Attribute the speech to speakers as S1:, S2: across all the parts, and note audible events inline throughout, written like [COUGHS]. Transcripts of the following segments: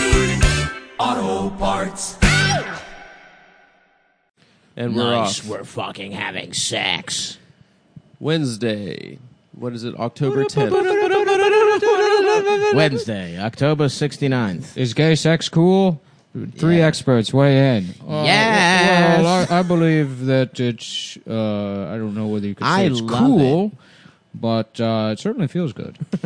S1: O'Reilly! Auto Parts.
S2: And we're
S3: Nice.
S2: off.
S3: We're fucking having sex.
S2: Wednesday. What is it? October 10th.
S3: Wednesday, October 69th.
S4: Is gay sex cool? Three experts weigh in. Uh,
S3: Yes.
S4: Well, I, I believe that it's. Uh, I don't know whether you could say
S3: I
S4: it's
S3: love
S4: cool, but uh, it certainly feels good. Uh,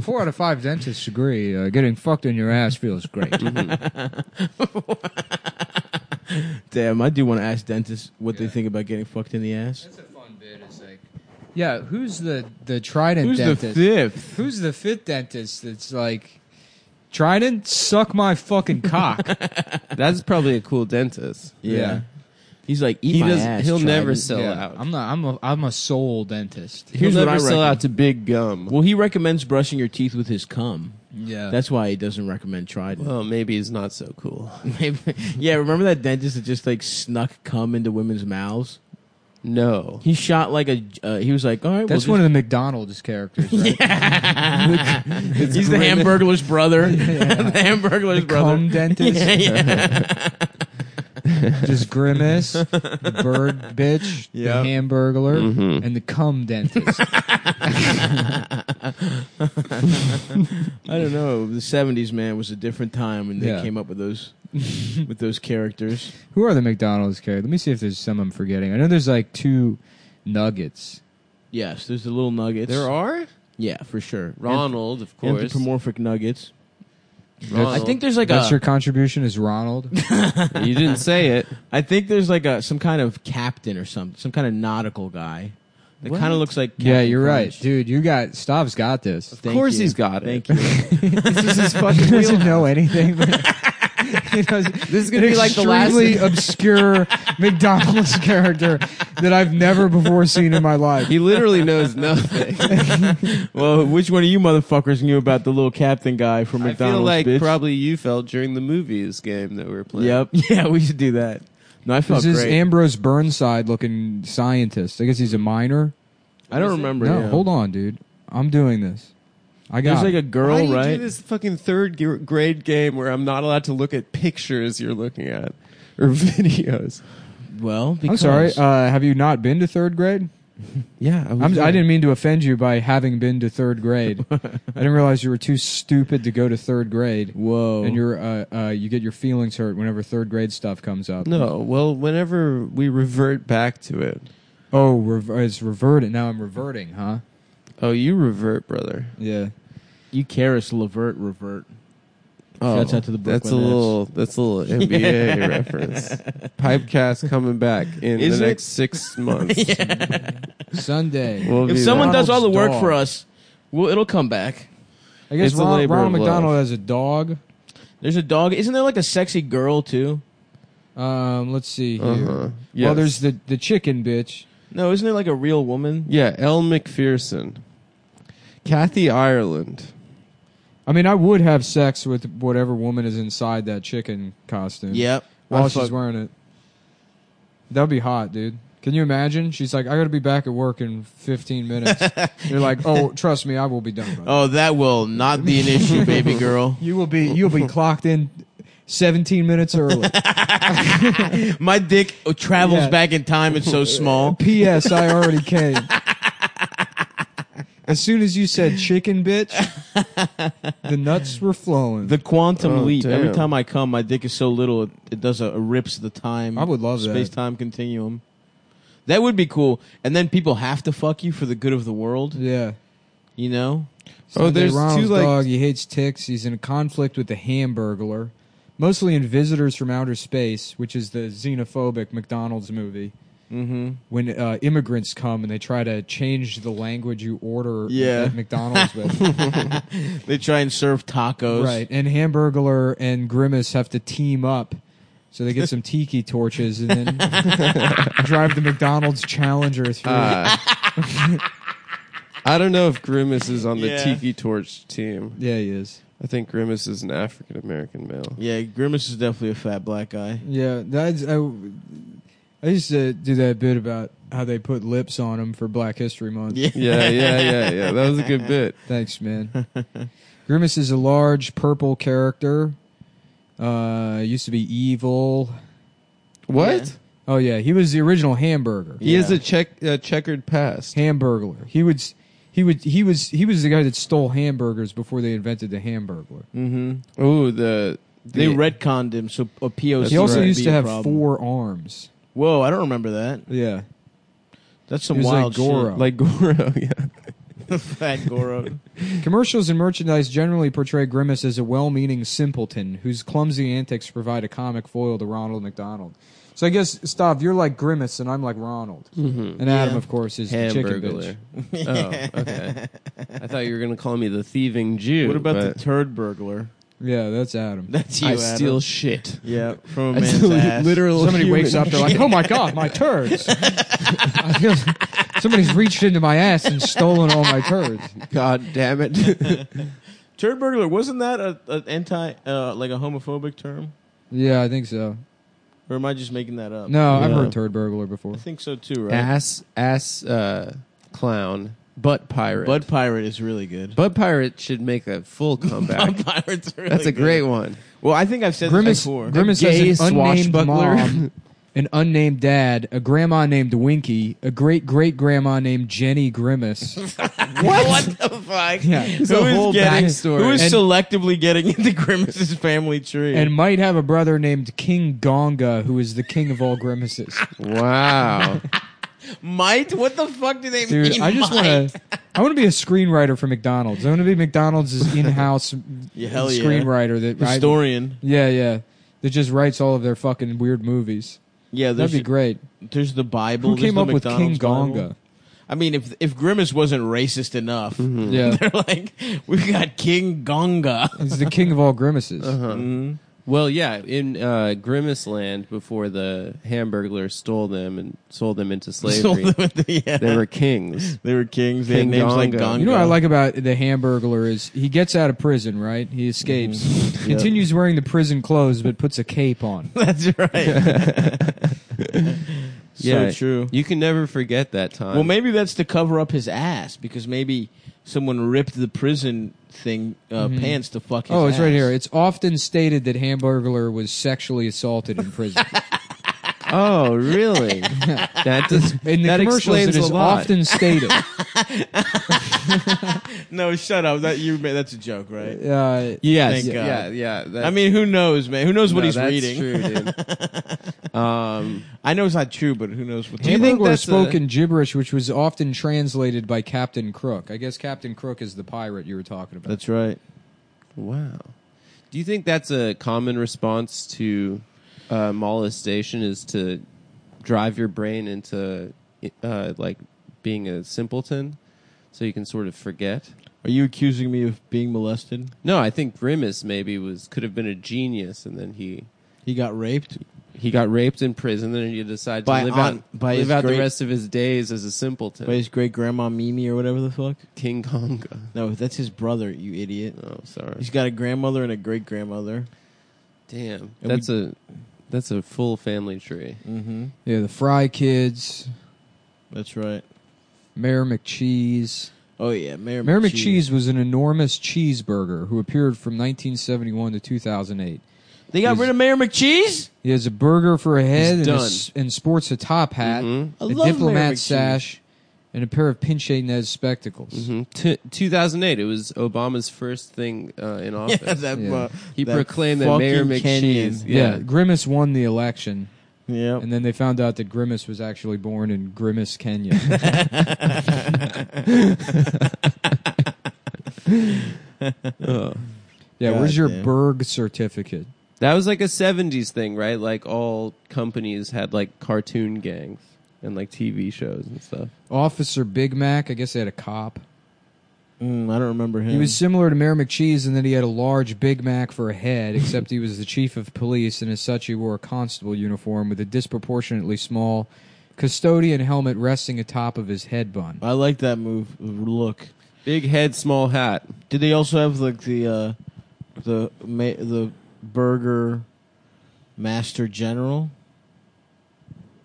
S4: four out of five dentists agree. Uh, getting fucked in your ass feels great.
S2: Damn, I do want to ask dentists what they think about getting fucked in the ass.
S4: That's a fun bit. It's like, yeah, who's the the Trident
S2: Who's
S4: dentist?
S2: the fifth?
S4: Who's the fifth dentist that's like, Trident, suck my fucking cock.
S2: That's probably a cool dentist.
S4: Yeah.
S2: He's like, eat he
S3: my
S2: does,
S3: ass,
S2: He'll
S3: Trident.
S2: never sell
S4: Yeah,
S2: out.
S4: I'm not. I'm a. I'm a soul dentist.
S2: he'll
S3: Here's what
S2: never
S3: I
S2: sell
S3: reckon.
S2: out to big gum.
S3: Well, he recommends brushing your teeth with his cum.
S4: Yeah.
S3: That's why he doesn't recommend Trident.
S2: Uh. Well, [LAUGHS] maybe it's not so cool.
S3: Maybe, yeah, remember that dentist that just like snuck cum into women's mouths?
S2: No.
S3: He shot like a. Uh, he was like, all right,
S4: that's
S3: we'll
S4: one of the McDonald's characters. [LAUGHS] Right?
S3: just, He's the
S2: [LAUGHS]
S3: Hamburglar's brother. [LAUGHS] the Hamburglar's brother. [LAUGHS]
S4: Cum dentist.
S3: Yeah, yeah.
S4: Just grimace, the bird bitch,
S2: Yep.
S4: the hamburglar, and the cum dentist.
S3: I don't know. The '70s man was a different time when they
S4: Yeah.
S3: came up
S2: [LAUGHS]
S3: with those with those characters.
S4: Who are the McDonald's characters? Let me see if there's some I'm forgetting. I know there's like two nuggets.
S3: Yes, there's the little nuggets.
S2: There are?
S3: yeah, for sure.
S2: Ronald, of
S3: Anth-
S2: course.
S3: anthropomorphic nuggets.
S2: Ronald.
S3: I think there's like
S4: That's
S3: a.
S4: your contribution is Ronald.
S2: [LAUGHS] you didn't say it.
S3: I think there's like a some kind of captain or some some kind of nautical guy that kind of looks like. Captain
S4: [LAUGHS] yeah, you're right,
S3: Crunch.
S4: dude. You got Stav's got this.
S3: Thank
S2: of course
S3: you.
S2: he's got it.
S3: Thank you.
S2: this is his fucking
S4: He doesn't
S2: wheel.
S4: know anything.
S2: [LAUGHS]
S4: But he knows
S2: This is gonna be like the last.
S4: extremely obscure
S2: [LAUGHS]
S4: McDonald's character that I've never before seen in my
S2: [LAUGHS]
S4: life.
S2: He literally
S3: [LAUGHS]
S2: knows nothing.
S3: well, which one of you motherfuckers knew about the little captain guy from
S2: I
S3: McDonald's?
S2: feel like
S3: bitch?
S2: probably you felt during the movies game that we were playing.
S3: Yep. [LAUGHS] Yeah, we should do that. No, I felt
S2: oh,
S4: This is
S3: great.
S4: Ambrose Burnside looking scientist. I guess he's a miner.
S3: I don't remember.
S4: No,
S3: yeah.
S4: hold on, dude. I'm doing this. I got
S3: There's like
S4: it.
S3: a
S2: Why
S3: girl,
S2: do you
S3: right?
S2: do this fucking third gr- grade game where I'm not allowed to look at pictures you're looking at [LAUGHS] or videos?
S3: Well,
S4: I'm
S3: because
S4: sorry. Uh, have you not been to third grade?
S2: Yeah, I,
S4: I'm, I didn't mean to offend you by having been to
S2: [LAUGHS]
S4: third grade. I didn't realize you were too stupid to go to third grade.
S3: Whoa.
S4: And you're uh, uh, you get your feelings hurt whenever third grade stuff comes up.
S2: No, well, whenever we revert back to it.
S4: Oh, rever- it's reverted. Now I'm reverting, huh?
S2: Oh, you revert, brother.
S4: Yeah.
S3: you Karis Levert revert.
S2: Oh,
S3: Shouts out to the
S2: that's a
S3: Brooklyn Nets.
S2: little that's a
S3: [LAUGHS]
S2: little NBA reference. Pipecast coming back in
S3: Isn't
S2: the
S3: it?
S2: next
S3: [LAUGHS]
S2: six months. [LAUGHS]
S4: Sunday.
S2: We'll
S3: If
S2: be
S3: someone
S2: back.
S3: does all the work
S4: dog.
S3: for us, well, it'll come back.
S4: I guess
S2: It's a
S4: Ron,
S2: labor
S4: Ronald
S2: of love.
S4: McDonald has a dog.
S3: There's a dog. Isn't there like a sexy girl too?
S4: Um, let's see here.
S2: Uh-huh. Yes.
S4: Well, there's the the chicken bitch.
S3: No, isn't there like a real woman?
S2: Yeah, Elle McPherson. Kathy Ireland.
S4: I mean, I would have sex with whatever woman is inside that chicken costume. While
S3: I
S4: she's
S3: fuck-
S4: wearing it. That'd be hot, dude. Can you imagine? She's like, I gotta be back at work in 15
S2: [LAUGHS]
S4: minutes. You're like, oh, trust me, I will be done. By then."
S3: Oh, that will not be an [LAUGHS] issue, baby girl.
S4: You will be,
S2: [LAUGHS]
S4: you'll be clocked in 17 minutes early.
S3: My dick oh, travels
S4: Yeah.
S3: back in time. It's so small.
S4: P.S. I already came. As soon as you said chicken bitch, the nuts were flowing.
S3: The quantum
S2: Oh,
S3: leap. Every
S2: damn.
S3: time I come, my dick is so little it, it does a, it rips the time.
S4: I would love that.
S3: space time continuum. That would be cool. And then people have to fuck you for the good of the world.
S4: yeah.
S3: You know.
S2: Oh, there's two,
S4: Ronald's
S2: like-
S4: dog. He hates ticks. He's in a conflict with the Hamburglar, mostly in Visitors from Outer Space, which is the xenophobic McDonald's movie.
S2: Mm-hmm.
S4: when uh, immigrants come and they try to change the language you order
S3: Yeah.
S4: at McDonald's
S2: [LAUGHS]
S4: with.
S3: They try and serve tacos.
S4: right. And Hamburglar and Grimace have to team up. So they get some tiki torches and then drive the McDonald's Challenger through.
S2: I don't know if Grimace is on the
S3: Yeah.
S2: Tiki Torch team.
S4: yeah, he is.
S2: I think Grimace is an African American
S3: [LAUGHS]
S2: male.
S3: Yeah, Grimace is definitely a fat black
S4: [LAUGHS]
S3: guy.
S4: Yeah, that's I, I used to do that bit about how they put lips on them for Black History Month.
S3: Yeah.
S2: Yeah, yeah, yeah, yeah. That was a good bit.
S4: Thanks, man. Grimace is a large purple character. Uh, used to be evil.
S2: What?
S3: Yeah.
S4: Oh yeah, he was the original hamburger.
S2: He has a check uh, checkered past.
S4: Hamburglar. He would. s- He would. He was. He was the guy that stole hamburgers before they invented the hamburglar.
S2: Oh, the
S3: They
S2: the-
S3: retconned him, so a POC.
S4: He also
S3: would
S4: used
S3: be
S4: to
S3: a
S4: have
S3: problem.
S4: four arms.
S3: Whoa, I don't remember that.
S4: Yeah.
S3: That's some
S4: He was like
S3: wild
S4: Goro.
S2: like Goro. [LAUGHS] Yeah,
S3: shit. [LAUGHS] fat Goro.
S4: Commercials and merchandise generally portray Grimace as a well meaning simpleton whose clumsy antics provide a comic foil to Ronald McDonald. So I guess, Stav, you're like Grimace and I'm like Ronald. And Adam,
S3: Mm-hmm. Yeah.
S4: of course, is the chicken bitch.
S2: Hamburglar.
S3: [LAUGHS]
S2: oh, okay. I thought you were gonna call me the thieving Jew.
S3: What about the
S2: but
S3: turd burglar? [LAUGHS]
S4: Yeah, that's Adam.
S3: That's you.
S2: I
S3: Adam.
S2: steal shit.
S3: Yeah, from a
S2: That's
S3: man's
S2: li-
S3: ass.
S2: literal
S4: Somebody
S2: human
S4: wakes up, they're like, oh my God,
S3: [LAUGHS]
S4: my turds. [LAUGHS] I feel- Somebody's reached into my ass and stolen all my turds.
S2: God damn it.
S3: Turd burglar wasn't that a, a anti uh, like a homophobic term,
S4: Yeah, I think so.
S3: or am I just making that up?
S4: No, I've
S2: Yeah.
S4: heard turd burglar before.
S3: I think so too.
S2: [LAUGHS]
S3: Right?
S2: ass ass uh, clown butt pirate.
S3: Bud pirate is really [LAUGHS] good.
S2: butt pirate should make a full comeback.
S3: Bud pirate's really
S2: That's a
S3: good.
S2: great one.
S3: Well, I think I've said
S4: Grimace,
S3: this before.
S4: Grimace
S2: Gay
S4: has an unnamed
S2: swashbuckler.
S4: mom, [LAUGHS] an unnamed dad, a grandma named Winky, a great great grandma named Jenny
S3: [LAUGHS] [LAUGHS]
S4: Grimace.
S3: what? the fuck?
S4: Yeah. There's
S3: Who
S4: a
S3: is
S4: whole
S3: getting,
S4: backstory.
S3: Who is
S4: And-
S3: selectively getting [LAUGHS] into Grimace's family tree?
S4: And might have a brother named King Gonga, who is the king of
S3: [LAUGHS]
S4: all grimaces.
S2: Wow. [LAUGHS]
S3: might? What the fuck do they
S4: Dude,
S3: mean?
S4: I just want to. I want to be a screenwriter for McDonald's. I want to
S3: [LAUGHS]
S4: be McDonald's in-house
S3: Yeah, hell yeah.
S4: screenwriter that I-
S3: historian.
S4: yeah, yeah, that just writes all of their fucking weird movies.
S3: Yeah, there's,
S4: That'd be great.
S3: There's the Bible.
S4: Who
S3: there's
S4: came
S3: the
S4: up with King
S3: McDonald's Bible.
S4: Gonga?
S3: I mean, if if Grimace wasn't racist enough,
S4: [LAUGHS]
S3: [LAUGHS]
S4: Yeah,
S3: they're like, we've got King Gonga.
S4: he's the king of all grimaces.
S2: Well, yeah, in uh, Grimace Land, before the Hamburglar stole them and sold them into slavery,
S3: [LAUGHS] Sold them at the- yeah.
S2: they were kings.
S3: They were kings. They
S2: King
S3: had names like
S2: Gonga.
S3: Gonga.
S4: You know what
S3: [LAUGHS]
S4: I like about the Hamburglar is he gets out of prison, right? He escapes, [LAUGHS] continues wearing the prison clothes, but puts a cape on.
S3: That's right. so
S2: Yeah,
S3: true.
S2: You can never forget that time.
S3: Well, maybe that's to cover up his ass because maybe someone ripped the prison thing uh,
S2: Mm-hmm.
S3: pants to fuck his
S4: [LAUGHS] Oh, it's right
S3: ass.
S4: here. It's often stated that Hamburglar was sexually assaulted in prison.
S2: [LAUGHS] oh,
S3: [LAUGHS]
S2: really? that does,
S4: [LAUGHS] In the
S2: that
S4: commercials,
S2: explains
S4: it is
S2: a lot.
S4: often [LAUGHS] stated.
S3: No, shut up. That you. ma- That's a joke, right?
S4: Uh,
S2: yes,
S3: Thank God.
S2: yeah, yeah. that-
S3: I mean, who knows, man? Who knows what
S2: no,
S3: he's
S2: that's
S3: reading?
S2: True,
S3: [LAUGHS]
S2: dude. um,
S3: I know it's not true, but who knows what?
S2: Do you think
S4: Hamburglar
S2: that's a-
S4: spoke in gibberish, which was often translated by Captain Crook. I guess Captain Crook is the pirate you were talking about.
S3: That's right.
S2: wow. Do you think that's a common response to uh, molestation? Is to drive your brain into uh, like being a simpleton, so you can sort of forget.
S3: Are you accusing me of being molested?
S2: No, I think Grimace maybe was could have been a genius, and then he
S3: He got raped.
S2: he got raped in prison, and he decided
S3: By
S2: to live
S3: aunt-
S2: out
S3: by his
S2: live out
S3: great-
S2: the rest of his days as a simpleton.
S3: By his great grandma Mimi or whatever the fuck.
S2: King Konga.
S3: No, that's his brother. You idiot.
S2: Oh, sorry.
S3: He's got a grandmother and a great grandmother.
S2: Damn,
S3: And
S2: that's a that's a full family tree.
S3: Mm-hmm.
S4: Yeah, the Fry Kids,
S3: That's right.
S4: Mayor McCheese.
S3: Oh yeah, Mayor,
S4: Mayor McCheese was an enormous cheeseburger who appeared from 1971 to 2008.
S3: They got
S4: He's-
S3: rid of Mayor McCheese.
S4: He has a burger for a head and, a
S2: done.
S4: s- and sports a top hat,
S2: Mhm.
S3: I
S4: a
S3: love Mayor
S4: diplomat
S3: McCheese.
S4: sash, and a pair of pinche Nez spectacles.
S2: Mhm. T- 2008, it was Obama's first thing uh, in office.
S3: [LAUGHS] Yeah,
S2: [LAUGHS]
S3: that,
S4: Yeah.
S3: Uh,
S2: he proclaimed that Mayor McCheese.
S4: Yeah. Grimace won the election,
S3: Yeah.
S4: and then they found out that Grimace was actually born in Grimace, Kenya. [LAUGHS]
S2: Oh.
S4: yeah,
S3: God
S4: where's your
S3: damn.
S4: Berg certificate?
S2: that was like a 70s thing, right? Like all companies had like cartoon gangs. and like TV shows and stuff.
S4: Officer Big Mac. I guess they had a cop.
S3: Mm, I don't remember him.
S4: He was similar to Mayor McCheese in that he had a large Big Mac for a head, except he was the chief of police, and as such, he wore a constable uniform with a disproportionately small custodian helmet resting atop of his head bun.
S3: I like that move look.
S2: Big head, small hat.
S3: Did they also have like the uh, the ma- the burger master general?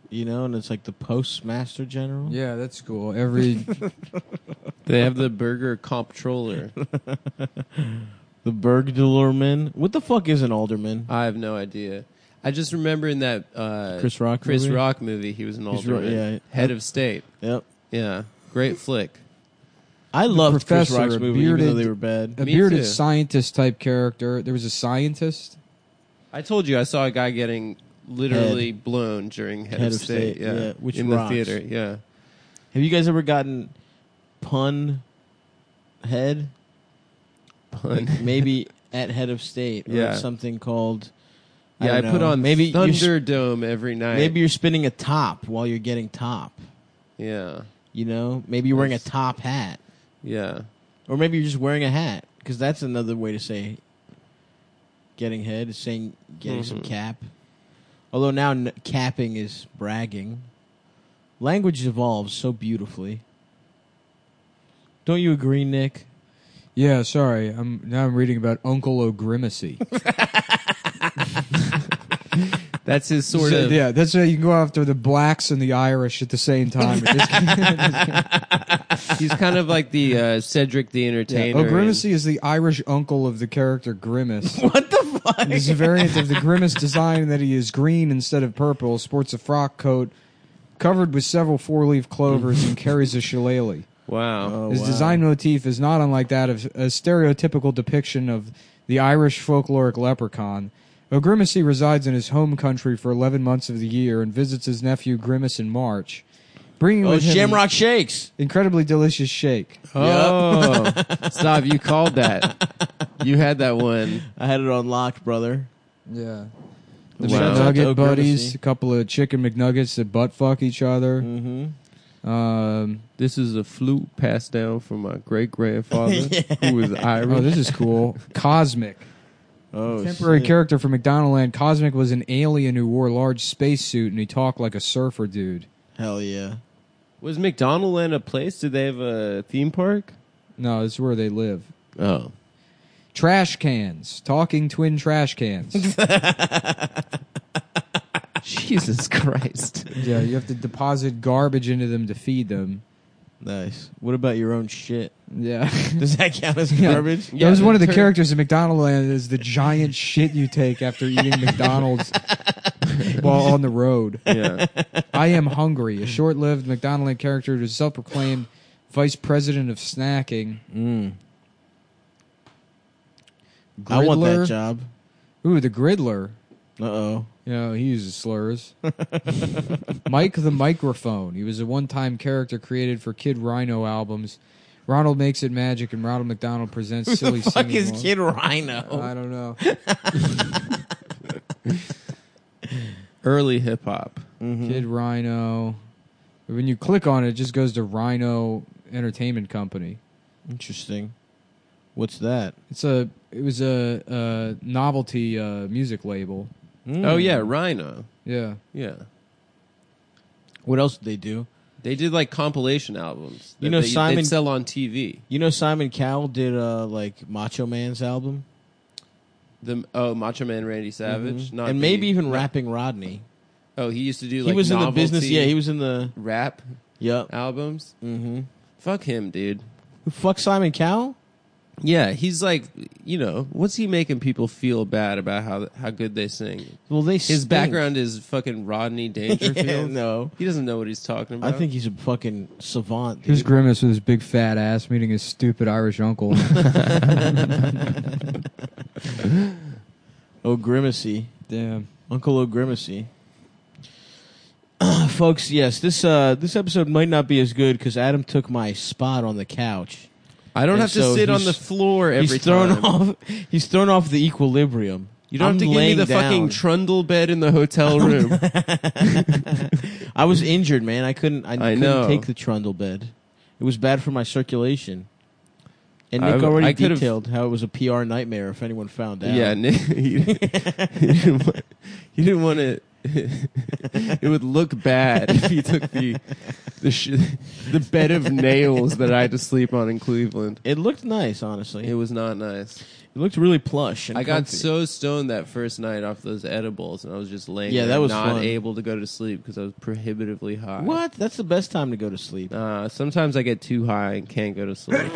S3: You know, and it's like the postmaster general.
S4: Yeah, that's cool. [LAUGHS] Every
S2: They have
S3: [LAUGHS]
S2: the burger comptroller.
S3: The burglarman. What the fuck is an alderman?
S2: I have no idea. I just remember in that uh,
S3: Chris Rock
S2: Chris
S3: movie?
S2: Rock movie, he was an
S3: He's ro-
S2: alderman,
S3: yeah.
S2: head of state.
S3: Yep.
S2: Yeah, great flick.
S3: I loved Chris
S4: professor,
S3: Rock's
S4: a
S3: movie, even though
S4: bearded-
S3: they were bad.
S4: a
S2: Me
S4: bearded
S2: too.
S4: scientist type character. There was a scientist.
S2: I told you I saw a guy getting literally blown during head, of state. yeah.
S3: which
S2: in
S3: rocks.
S2: the theater. Yeah,
S3: Have you guys ever gotten pun head?
S2: pun. [LAUGHS]
S3: Maybe at head of state or
S2: Yeah.
S3: at something called.
S2: Yeah, I,
S3: don't
S2: put
S3: know.
S2: on
S3: maybe
S2: maybe
S3: you s-
S2: Thunderdome every night.
S3: Maybe you're spinning a top while you're getting top.
S2: yeah,
S3: You know, maybe you're wearing a
S2: That's-
S3: top hat,
S2: yeah.
S3: or maybe you're just wearing a hat because that's another way to say getting head is saying getting some cap. Although now n- capping is bragging. Language evolves so beautifully. Don't you agree, Nick?
S4: Yeah, sorry. I'm now I'm reading about Uncle [LAUGHS] O'Grimacy.
S2: That's his sort [LAUGHS] of.
S4: yeah, that's how you can go after the blacks and the Irish at the same [LAUGHS] time.
S3: [LAUGHS]
S2: He's kind of like the uh, Cedric the Entertainer. in-
S4: O'Grimacy Oh, is the Irish uncle of the character Grimace. What the fuck? He's a variant of the Grimace design in that he is green instead of purple, sports a frock coat covered with several four leaf clovers, and carries a shillelagh.
S2: wow.
S4: His design motif is not unlike that of a stereotypical depiction of the Irish folkloric leprechaun. O'Grimacy resides in his home country for 11 months of the year and visits his nephew Grimace in March, bringing
S3: Oh,
S4: with him
S3: Shamrock Shakes.
S4: incredibly delicious shake.
S2: Oh, [LAUGHS] stop! You called that. You had that one.
S3: I had it on lock, brother.
S4: Yeah. The
S2: Wow.
S3: Shout out
S4: McNugget
S3: to
S4: buddies,
S3: O'Grimacy.
S4: a couple of chicken McNuggets that butt fuck each other.
S3: Mm-hmm.
S4: Um,
S2: This is a flute passed down from my great [LAUGHS] grandfather, who
S4: [LAUGHS]
S2: was Irish.
S4: oh, this is cool. Cosmic.
S3: Oh,
S4: Temporary
S3: shit.
S4: character from McDonaldland, Cosmic was an alien who wore a large spacesuit and he talked like a surfer dude.
S3: Hell yeah.
S2: Was McDonaldland a place? Did they have a theme park?
S4: No, this is where they live.
S2: Oh,
S4: Trash cans. Talking twin
S3: [LAUGHS]
S4: trash cans.
S2: Jesus [LAUGHS] Christ!
S4: yeah, you have to deposit garbage into them to feed them.
S3: Nice. What about your own shit? [LAUGHS]
S4: [LAUGHS] Yeah.
S3: Does that count as garbage?
S4: that was
S2: Yeah,
S4: one of the
S2: tur-
S4: characters in McDonaldland is the giant shit you take after eating
S3: [LAUGHS]
S4: McDonald's while on the road.
S2: Yeah,
S4: I am hungry. A short-lived McDonaldland character who is self-proclaimed vice president of snacking.
S3: Mm. I want that
S4: Griddler.
S3: job.
S4: Ooh, the Griddler.
S3: Uh oh.
S4: You know, he uses
S3: [LAUGHS]
S4: slurs. Mike the Microphone. He was a one time character created for Kid Rhino albums. Ronald Makes It Magic and Ronald McDonald presents
S3: [LAUGHS]
S4: Silly
S3: Fuck
S4: Singing.
S3: is
S4: Along.
S3: Kid Rhino?
S4: I don't [LAUGHS] know.
S2: early hip hop.
S4: Kid Rhino. When you click on it, it just goes to Rhino Entertainment Company.
S3: Interesting. What's that?
S4: It's a it was a, a novelty uh, music label.
S2: Oh yeah, Rhino.
S4: Yeah.
S2: Yeah,
S3: What else did they do?
S2: they did like compilation albums.
S3: You
S2: that
S3: know,
S2: they, they'd
S3: Simon-
S2: sell on TV.
S3: You know Simon Cowell did uh like Macho Man's album?
S2: The oh, Macho Man Randy Savage, not
S3: Mm-hmm. and
S2: the-
S3: maybe even rapping Rodney.
S2: Oh, he used to do
S3: He
S2: like
S3: was in the
S2: novelty
S3: business. Yeah, he was in the
S2: rap
S3: Yep.
S2: albums.
S3: Mm-hmm.
S2: Fuck him, dude.
S3: Who fuck Simon Cowell?
S2: Yeah, he's like, you know, what's he making people feel bad about how how good they sing?
S3: Well they
S2: His
S3: stink.
S2: background is fucking [LAUGHS] Rodney Dangerfield.
S3: [LAUGHS] Yeah, no.
S2: He doesn't know what he's talking
S3: I
S2: about.
S3: think he's a fucking savant.
S4: Here's
S3: Dude.
S4: Grimace with his big fat ass meeting his stupid Irish [LAUGHS] uncle.
S3: O'Grimacy.
S4: Damn.
S3: Uncle O'Grimacy. [CLEARS THROAT] Folks, yes, this uh this episode might not be as good because Adam took my spot on the couch.
S2: I don't
S3: And
S2: have to
S3: so
S2: sit on
S3: he's-
S2: the floor every
S3: [LAUGHS] he's thrown
S2: time.
S3: off he's thrown off the equilibrium
S2: You don't
S3: I'm
S2: have to give me
S3: laying
S2: the fucking
S3: down.
S2: trundle bed in the hotel [LAUGHS] room.
S3: I was injured, man. I couldn't. I, couldn't
S2: know.
S3: take the trundle bed. It was bad for my circulation. And Nick
S2: I've-
S3: already
S2: I could've-
S3: detailed how it was a PR nightmare. If anyone found out,
S2: yeah, Nick, [LAUGHS] he, he didn't want, he didn't want to. [LAUGHS] it would look bad if he took the the sh- the bed of nails that I had to sleep on in Cleveland.
S3: it looked nice. Honestly,
S2: It was not nice.
S3: It looked really plush. And
S2: I got
S3: comfy.
S2: so stoned that first night off those edibles, and I was just laying.
S3: Yeah,
S2: there
S3: that was
S2: not
S3: fun.
S2: able to go to sleep because I was prohibitively high.
S3: What? That's the best time to go to sleep.
S2: Uh, sometimes I get too high and can't go to
S3: [COUGHS]
S2: sleep.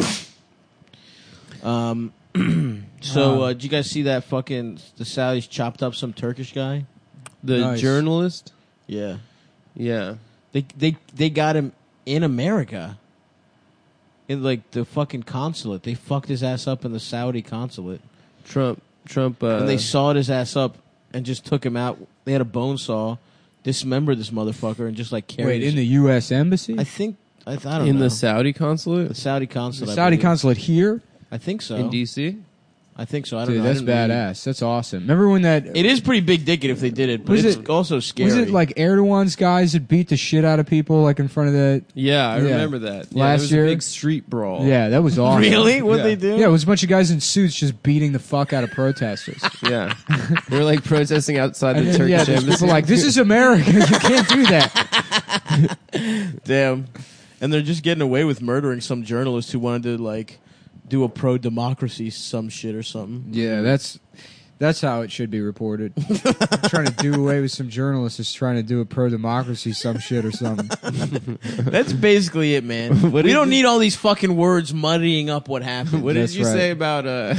S3: Um, [CLEARS THROAT] so uh, did you guys see that fucking the Saudis chopped up some Turkish guy?
S2: the
S4: Nice.
S2: journalist,
S3: Yeah,
S2: yeah,
S3: they they they got him in America. In like the fucking consulate, they fucked his ass up in the Saudi consulate,
S2: Trump, Trump, uh,
S3: and they sawed his ass up and just took him out. They had a bone saw, dismembered this motherfucker, and just like carried.
S4: Wait,
S3: his-
S4: in the U.S. embassy,
S3: I think I, I don't
S2: in
S3: know
S2: the Saudi consulate
S3: The Saudi
S4: the
S3: consulate, I
S4: Saudi
S3: believe.
S4: consulate here.
S3: I think so.
S2: in DC.
S3: I think so. I don't
S4: Dude,
S3: know. I
S4: that's
S3: didn't really-
S4: badass. That's awesome. Remember when that
S3: It is pretty big dicked if they did it, but
S4: Was
S3: it's
S4: it-
S3: also scary.
S4: was it like Erdogan's guys that beat the shit out of people like in front of the
S2: Yeah, I
S4: Yeah.
S2: remember that. Yeah,
S4: Last
S2: there was a
S4: year?
S2: big street brawl.
S4: Yeah, that [LAUGHS] was
S3: [LAUGHS] [LAUGHS]
S4: awesome.
S3: really what they do?
S4: Yeah, it was a bunch of guys in suits just beating the fuck out of [LAUGHS] protesters.
S2: [LAUGHS] yeah. They were like protesting outside
S4: And
S2: the
S4: then, [LAUGHS] yeah,
S2: Turkish
S4: there's
S2: embassy.
S4: people like, this is America. You can't do that.
S3: Damn. And they're just getting away with murdering some journalist who wanted to like do a pro democracy some shit or [LAUGHS] something.
S4: Yeah, that's that's how it should be reported. [LAUGHS] trying to do away with some journalists is trying to do a pro democracy some shit or something.
S3: That's basically it, [LAUGHS] man. we don't need all these fucking words muddying up [LAUGHS] what happened.
S2: what did
S4: That's
S2: you
S4: right.
S2: say [LAUGHS] about uh,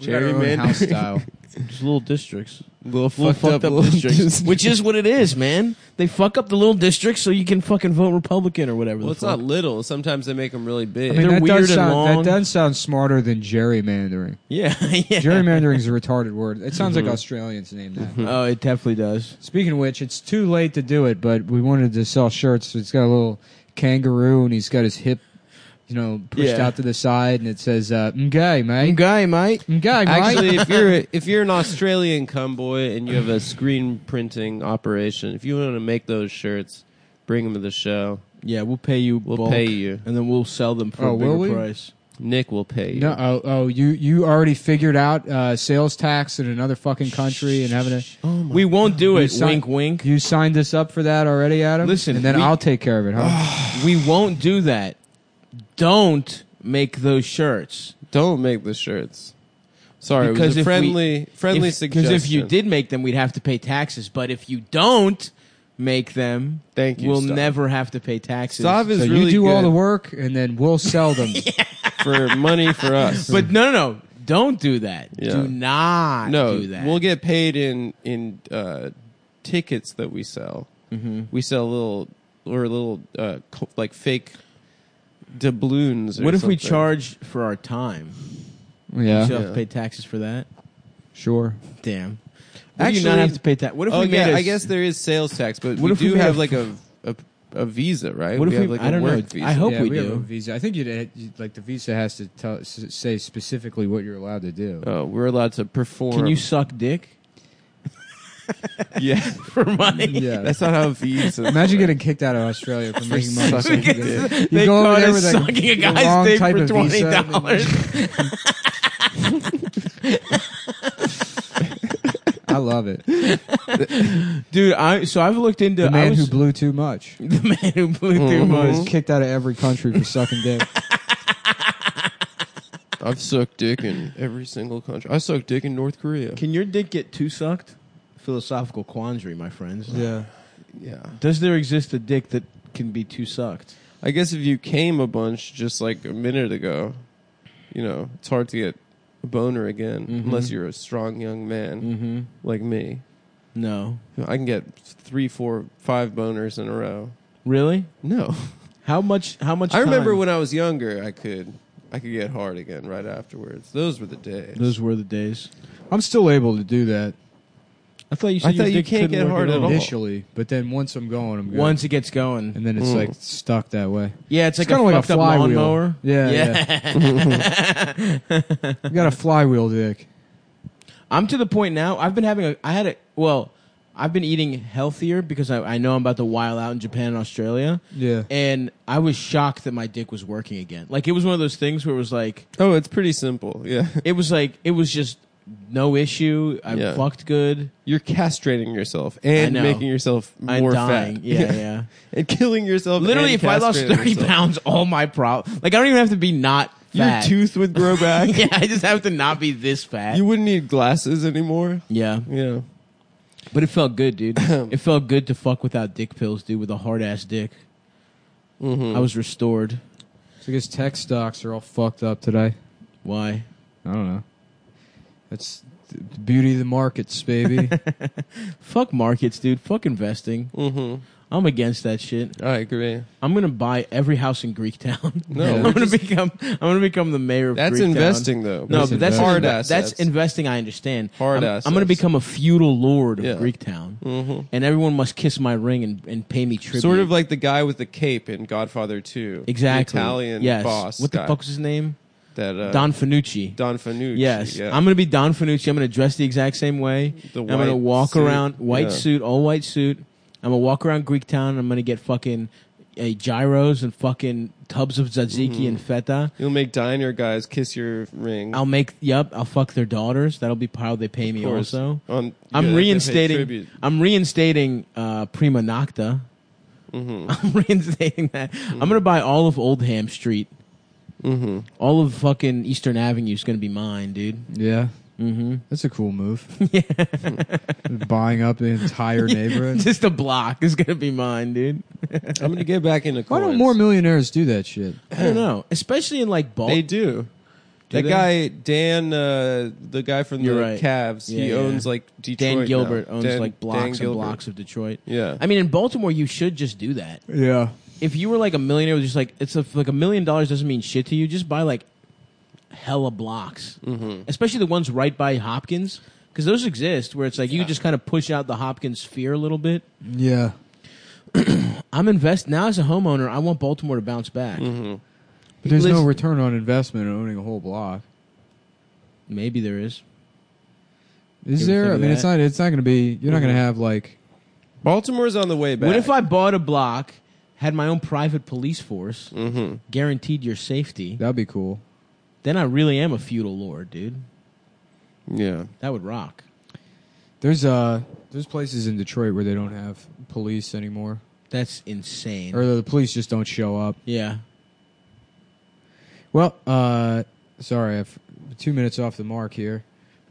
S4: We got our own
S2: gerrymandering?
S4: house style.
S3: Just little districts.
S2: little
S3: Little
S2: fucked, up, little
S3: districts. [LAUGHS]
S2: districts.
S3: Which is what it is, man. They fuck up the little districts so you can fucking vote Republican or whatever.
S2: Well,
S3: the
S2: it's
S3: fuck.
S2: not little. Sometimes they make them really big.
S4: I mean,
S3: They're
S4: that
S3: weird
S4: does,
S3: and
S4: sound,
S3: long.
S4: that does sound smarter than gerrymandering.
S3: Yeah, [LAUGHS] yeah.
S4: Gerrymandering is a retarded word. It sounds like Australians named that.
S3: Oh, it definitely does.
S4: Speaking of which, it's too late to do it, but we wanted to sell shirts. So it's got a little kangaroo, and he's got his hip, you know, pushed
S3: Yeah.
S4: out to the side, and it says uh, "Mgay, mate."
S3: Guy, mate.
S4: Mgay, mate.
S2: Actually, if
S4: [LAUGHS]
S2: you're if you're an Australian cumboy and you have a screen printing operation, if you want to make those shirts, bring them to the show.
S3: Yeah, we'll pay you.
S2: We'll
S3: bulk,
S2: pay you.
S3: and then we'll sell them for
S4: Oh,
S3: a bigger
S4: will we?
S3: price.
S2: Nick will pay you.
S4: no, oh, oh, you you already figured out uh, sales tax in another fucking country, and having a
S3: we won't do
S4: You
S3: it.
S4: sign-
S3: wink, wink.
S4: you signed us up for that already, Adam.
S3: Listen,
S4: and then
S3: we- Oh,
S4: I'll take care of it, huh?
S3: We won't do that. Don't make those shirts.
S2: Don't make the shirts. Sorry,
S3: Because
S2: it was a
S3: if we-
S2: friendly friendly
S3: Because
S2: suggestion.
S3: if you did make them, we'd have to pay taxes. But if you don't make them,
S2: Thank you,
S3: We'll
S2: Stav.
S3: never have to pay taxes.
S2: Stav is
S4: so
S2: really
S4: you do all
S2: good
S4: the work, and then we'll sell
S3: [LAUGHS]
S4: them.
S2: for money for us.
S3: But no, no, no. Don't do that.
S2: Yeah.
S3: Do not
S2: no,
S3: do that.
S2: we'll get paid in in uh, tickets that we sell. Mm-hmm. We sell little or little uh, co- like fake doubloons. Or
S3: what if we
S2: something.
S3: charge for our time?
S4: yeah,
S3: Do you have to pay taxes for that?
S4: sure.
S3: Damn. Would you not
S2: Actually-
S3: have to pay tax? What if
S2: Oh
S3: we made
S2: yeah,
S3: a-
S2: I guess there is sales tax, but
S3: What
S2: we
S3: if we
S2: do
S3: made
S2: have
S3: a-
S2: like a, a a visa, right?
S3: What if
S2: have
S3: we-
S2: like a
S3: I don't know.
S2: work
S3: I
S2: visa.
S3: hope
S4: yeah,
S3: we,
S4: have a
S3: do.
S4: visa. I think you'd like the visa has to tell, s- say specifically what you're allowed to do.
S2: Oh, we're allowed to perform.
S3: Can you suck dick
S2: [LAUGHS] Yeah,
S3: for money? [LAUGHS]
S4: yeah,
S2: that's not how visa.
S4: imagine getting kicked out of Australia for making money.
S2: sucking
S4: You
S3: dick.
S4: you
S3: They
S4: go over
S3: caught
S4: there
S3: us
S4: with
S3: sucking a
S4: the
S3: guy's
S4: wrong
S3: dick
S4: type
S3: for
S4: of visa, and then
S3: $20.
S4: I love it.
S3: Dude, I so I've looked into
S4: The man
S3: I
S4: who Mm-hmm.
S3: was,
S4: blew too much
S3: [LAUGHS] the man who blew through
S4: was
S3: most.
S4: kicked out of every country for sucking
S3: [LAUGHS]
S4: dick.
S2: I've sucked dick in every single country. I sucked dick in North Korea.
S3: Can your dick get too sucked? Philosophical quandary, my friends.
S4: Yeah,
S2: Yeah.
S3: Does there exist a dick that can be too sucked?
S2: I guess if you came a bunch just like a minute ago, you know, it's hard to get a boner again
S3: Mm-hmm.
S2: unless you're a strong young man like me.
S3: No.
S2: I can get three, four, five boners in a row.
S3: Really?
S2: No,
S3: How much how much
S2: I remember
S3: time-
S2: when I was younger, I could, I could get hard again right afterwards. Those were the days.
S3: those were the days.
S4: I'm still able to do that
S3: I thought you
S2: I
S3: said your
S2: thought you
S3: dick
S2: can't get
S3: couldn't work
S2: hard at all.
S4: initially, but then once I'm going, I'm going.
S3: Once it gets going.
S4: and then it's like stuck that way.
S3: Yeah, it's like
S4: kinda
S3: a
S4: like a
S3: fucked up
S4: flywheel.
S3: lawnmower.
S4: [LAUGHS] Yeah, yeah. you got a flywheel dick.
S3: I'm to the point now. I've been having a. I had a. Well, I've been eating healthier because I, I know I'm about to wild out in Japan and Australia.
S4: Yeah.
S3: And I was shocked that my dick was working again. Like it was one of those things where it was like
S2: Oh, it's pretty simple. Yeah.
S3: it was like it was just no issue. I
S2: Yeah.
S3: fucked good.
S2: You're castrating yourself and
S3: know.
S2: making yourself more
S3: I'm dying.
S2: fat. [LAUGHS]
S3: Yeah, yeah.
S2: and killing yourself.
S3: Literally,
S2: and
S3: if I lost
S2: castrating
S3: thirty
S2: yourself.
S3: pounds, all my problem. Like I don't even have to be not
S2: your
S3: fat.
S2: tooth would grow back.
S3: [LAUGHS] yeah, I just have to not be this fat.
S2: You wouldn't need glasses anymore.
S3: yeah.
S2: Yeah.
S3: But it felt
S2: [LAUGHS]
S3: good, dude. it felt good to fuck without dick pills, dude, with a hard ass dick.
S2: Mm-hmm.
S3: I was restored.
S4: So I guess tech stocks are all fucked up today.
S3: Why?
S4: I don't know. That's the beauty of the
S3: [LAUGHS]
S4: markets, baby.
S3: Fuck markets, dude. Fuck investing.
S2: Mm-hmm.
S3: I'm against that shit.
S2: I agree.
S3: I'm gonna buy every house in Greektown.
S2: [LAUGHS] No,
S4: Yeah.
S3: [LAUGHS] I'm
S2: we're
S3: gonna
S2: just-
S3: become. I'm gonna becbecome the mayor of.
S2: that's
S3: Greektown.
S2: investing though.
S3: No, but that's
S2: hard
S3: hard
S2: assets.
S3: That's investing. I understand.
S2: Hard
S3: I'm, I'm gonna
S2: assets.
S3: become a feudal lord of
S2: Yeah.
S3: Greektown,
S2: Mhm.
S3: and everyone must kiss my ring and, and pay me tribute.
S2: sort of like the guy with the cape in Godfather Two.
S3: exactly
S2: The Italian
S3: yes.
S2: boss.
S3: What
S2: guy.
S3: the fuck's his name?
S2: that? Uh,
S3: Don Finucci.
S2: Don Fanucci.
S3: Yes,
S2: Yeah.
S3: I'm gonna be Don Finucci. I'm gonna dress the exact same way.
S2: The
S3: I'm gonna
S2: white
S3: walk
S2: suit.
S3: around white
S2: Yeah.
S3: suit, all white suit. I'm gonna walk around Greek town. and I'm gonna get fucking uh, gyros and fucking tubs of tzatziki
S2: Mm-hmm.
S3: and feta.
S2: You'll make diner guys kiss your ring.
S3: I'll make yep. I'll fuck their daughters. That'll be part of they pay
S2: Of
S3: me
S2: course.
S3: also.
S2: Um, yeah,
S3: I'm
S2: they pay
S3: reinstating.
S2: tribute.
S3: I'm reinstating uh, Prima Nocta.
S2: Mm-hmm.
S3: [LAUGHS] I'm reinstating that. I'm gonna buy all of Oldham Street.
S2: Mm-hmm.
S3: All of fucking Eastern Avenue is gonna be mine, dude.
S4: yeah.
S3: Mm-hmm.
S4: That's a cool
S3: [LAUGHS]
S4: move. Buying up the entire neighborhood.
S3: Just a block is gonna be mine, dude.
S2: I'm gonna get back into.
S4: Why don't
S2: coins.
S4: more millionaires do that shit?
S3: I don't know, especially in like Bal-
S2: They do.
S3: Oh. Do
S2: that
S3: they?
S2: guy Dan, uh, the guy from the
S3: You're right.
S2: Cavs, he
S3: Yeah, yeah.
S2: owns like Detroit.
S3: Dan
S2: now.
S3: Gilbert owns
S2: Dan-
S3: like
S2: Dan
S3: blocks and
S2: Gilbert.
S3: blocks of Detroit.
S2: Yeah,
S3: I mean, in Baltimore, you should just do that.
S4: Yeah.
S3: If you were like a millionaire, with just like it's a, like a million dollars doesn't mean shit to you. Just buy like hella blocks,
S2: Mm-hmm.
S3: especially the ones right by Hopkins, because those exist where it's like you just kind of push out the Hopkins sphere a little bit.
S4: Yeah.
S3: I'm invest now as a homeowner. I want Baltimore to bounce back.
S2: Mm-hmm.
S4: But there's
S3: Liz-
S4: no return on investment in owning a whole block.
S3: Maybe there is.
S4: Is
S3: Give
S4: there?
S3: a
S4: I
S3: thing
S4: mean,
S3: of
S4: it's not. It's not going to be. You're not going to have like.
S2: Baltimore's on the way back.
S3: What if I bought a block, had my own private police force,
S2: Mm-hmm.
S3: guaranteed your safety?
S4: That'd be cool.
S3: Then I really am a feudal lord, dude.
S2: Yeah,
S3: That would rock.
S4: There's uh. There's places in Detroit where they don't have police anymore,
S3: That's insane.
S4: or the police just don't show up.
S3: yeah.
S4: Well, uh, sorry, I've two minutes off the mark here,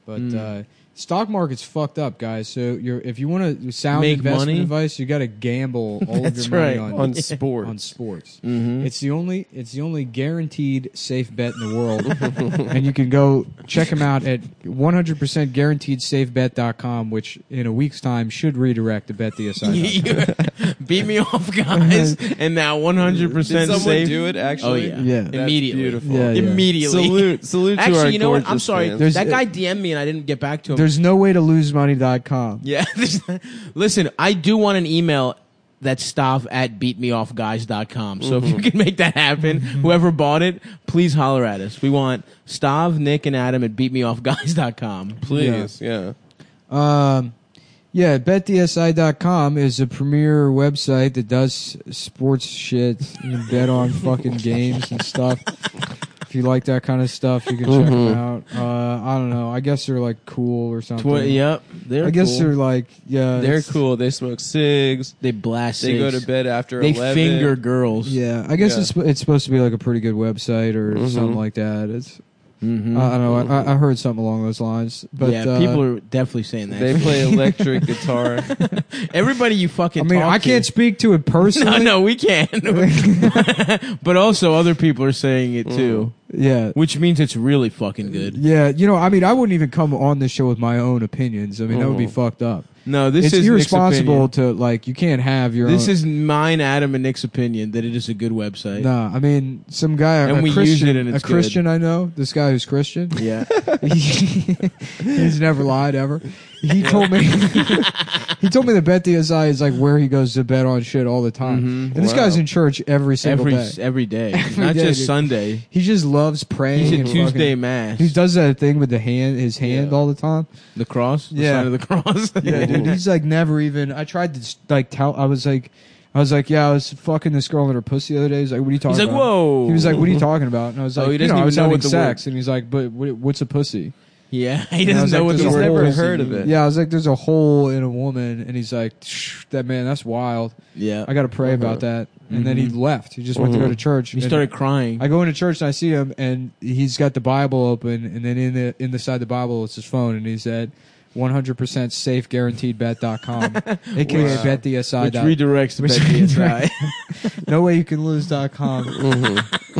S4: but
S3: Hmm.
S4: uh, stock market's fucked up, guys. So you're if you want to sound
S3: Make
S4: investment
S3: money?
S4: advice, you got to gamble
S3: [LAUGHS]
S4: all of
S3: That's
S4: your money
S3: right. Mm-hmm.
S4: on, [LAUGHS]
S2: on sports.
S4: on sports. It's the only it's the only guaranteed safe bet in the world, [LAUGHS] and you can go check them out at 100% guaranteedsafebet.com, which in a week's time should redirect
S3: [LAUGHS]
S4: to betdsi.
S3: Beat me off, guys. and now 100%
S2: Did someone
S3: safe.
S2: do it actually?
S3: Oh, yeah.
S4: Yeah.
S2: That's
S3: Immediately.
S2: beautiful.
S4: Yeah, yeah.
S3: Immediately.
S2: Salute, salute to our
S3: Actually, you know what? I'm
S2: gorgeous
S3: sorry.
S2: fans.
S4: There's-
S3: that guy DM'd me and I didn't get back to him.
S4: There's no way to lose money.com.
S3: yeah. [LAUGHS] there's- Listen, I do want an email that's staff at beatmeoffguys.com. So
S4: Mm-hmm.
S3: if you can make that happen, whoever bought it, please holler at us. We want Stav, Nick, and Adam at beatmeoffguys.com.
S2: please, yeah.
S4: Um, yeah, betdsi.com is a premier website that does sports shit. You can
S3: [LAUGHS]
S4: bet on fucking games and stuff. If you like that kind of stuff, you can check them out. Uh, I don't know. I guess they're like cool or something.
S3: Mm-hmm. Twi- yep. They're
S4: I guess
S3: cool.
S4: they're like yeah.
S2: They're
S4: it's-
S2: cool. They smoke cigs.
S3: They blast.
S2: They go
S3: cigs.
S2: to bed after
S3: They
S2: 11.
S3: finger girls.
S4: Yeah, I guess
S2: Yeah.
S4: it's it's supposed to be like a pretty good website or
S3: Mm-hmm.
S4: something like that. It's I don't know. I- I, I heard something along those lines, but
S3: yeah,
S4: uh,
S3: people are definitely saying that.
S2: They
S3: [LAUGHS]
S2: play electric guitar.
S3: Everybody you fucking.
S4: I mean,
S3: talk
S4: I
S3: to-
S4: [LAUGHS] can't speak to
S3: [LAUGHS]
S4: it personally.
S3: No, no, we
S4: [LAUGHS]
S3: can. [LAUGHS] but also, other people are saying it too,
S4: Yeah,
S3: which means it's really fucking good.
S4: Yeah, you know, I mean, I wouldn't even come on this show with my own opinions. I mean, that would be fucked up.
S3: No, this
S4: it's
S3: is Nick's
S4: irresponsible
S3: opinion.
S4: to like. You can't have your.
S3: This
S4: own,
S3: is mine, Adam, and Nick's opinion that it is a good website.
S4: Nah, I mean, some guy
S3: And
S4: a
S3: we use
S4: Christian,
S3: it and it's
S4: a Christian I know. This guy who's Christian,
S3: [LAUGHS] Yeah, [LAUGHS]
S4: he's never lied ever. He told me [LAUGHS] He told me that Bet DSI is like where he goes to bet on shit all the time. And this
S2: Wow.
S4: guy's in church every single
S3: Mm-hmm. every
S4: day.
S3: every day,
S4: [LAUGHS]
S3: not
S4: day,
S3: just
S4: dude.
S3: Sunday.
S4: He just loves praying.
S3: He's a
S4: and
S3: Tuesday
S4: fucking-
S3: mass.
S4: He does that thing with the hand, his hand
S2: Yeah.
S4: all the time.
S3: the cross, the
S4: Yeah.
S3: sign of the cross.
S4: [LAUGHS]
S3: [LAUGHS]
S4: Yeah, dude. He's like never even. I tried to like tell. I was like, I was like, yeah, I was fucking this girl in her pussy the other day. He's like, what are you talking?
S3: He's like,
S4: about?
S3: whoa.
S4: He was like, what are you talking about? And I was
S3: Oh,
S4: like,
S3: he
S4: you
S3: doesn't
S4: know, I
S3: even
S4: was
S3: know
S4: having
S3: what the
S4: sex. And he's like, but what, what's a pussy?
S3: yeah, he
S4: And I
S3: doesn't
S4: was
S3: know
S4: like,
S3: what the
S4: "There's
S3: word
S4: a
S2: never
S4: hole
S3: is.
S2: heard
S4: in-
S2: of it.
S4: Yeah, I was like, there's a hole in a woman, and he's like, "Shh, that man, that's wild.
S3: Yeah,
S4: I got to pray about that. And then he left. He just went to go to church.
S3: Uh-huh. Mm-hmm. he
S4: and
S3: started crying.
S4: I go into church and I see him, and he's got the Bible open, and then in the in the side of the Bible it's his phone, and he's at 100% safe guaranteed
S3: [LAUGHS]
S4: bet.com, aka
S2: Wow.
S4: betdsi.
S3: which
S4: dot-
S3: redirects
S4: Which
S3: the PSI.
S4: no way you can lose dot com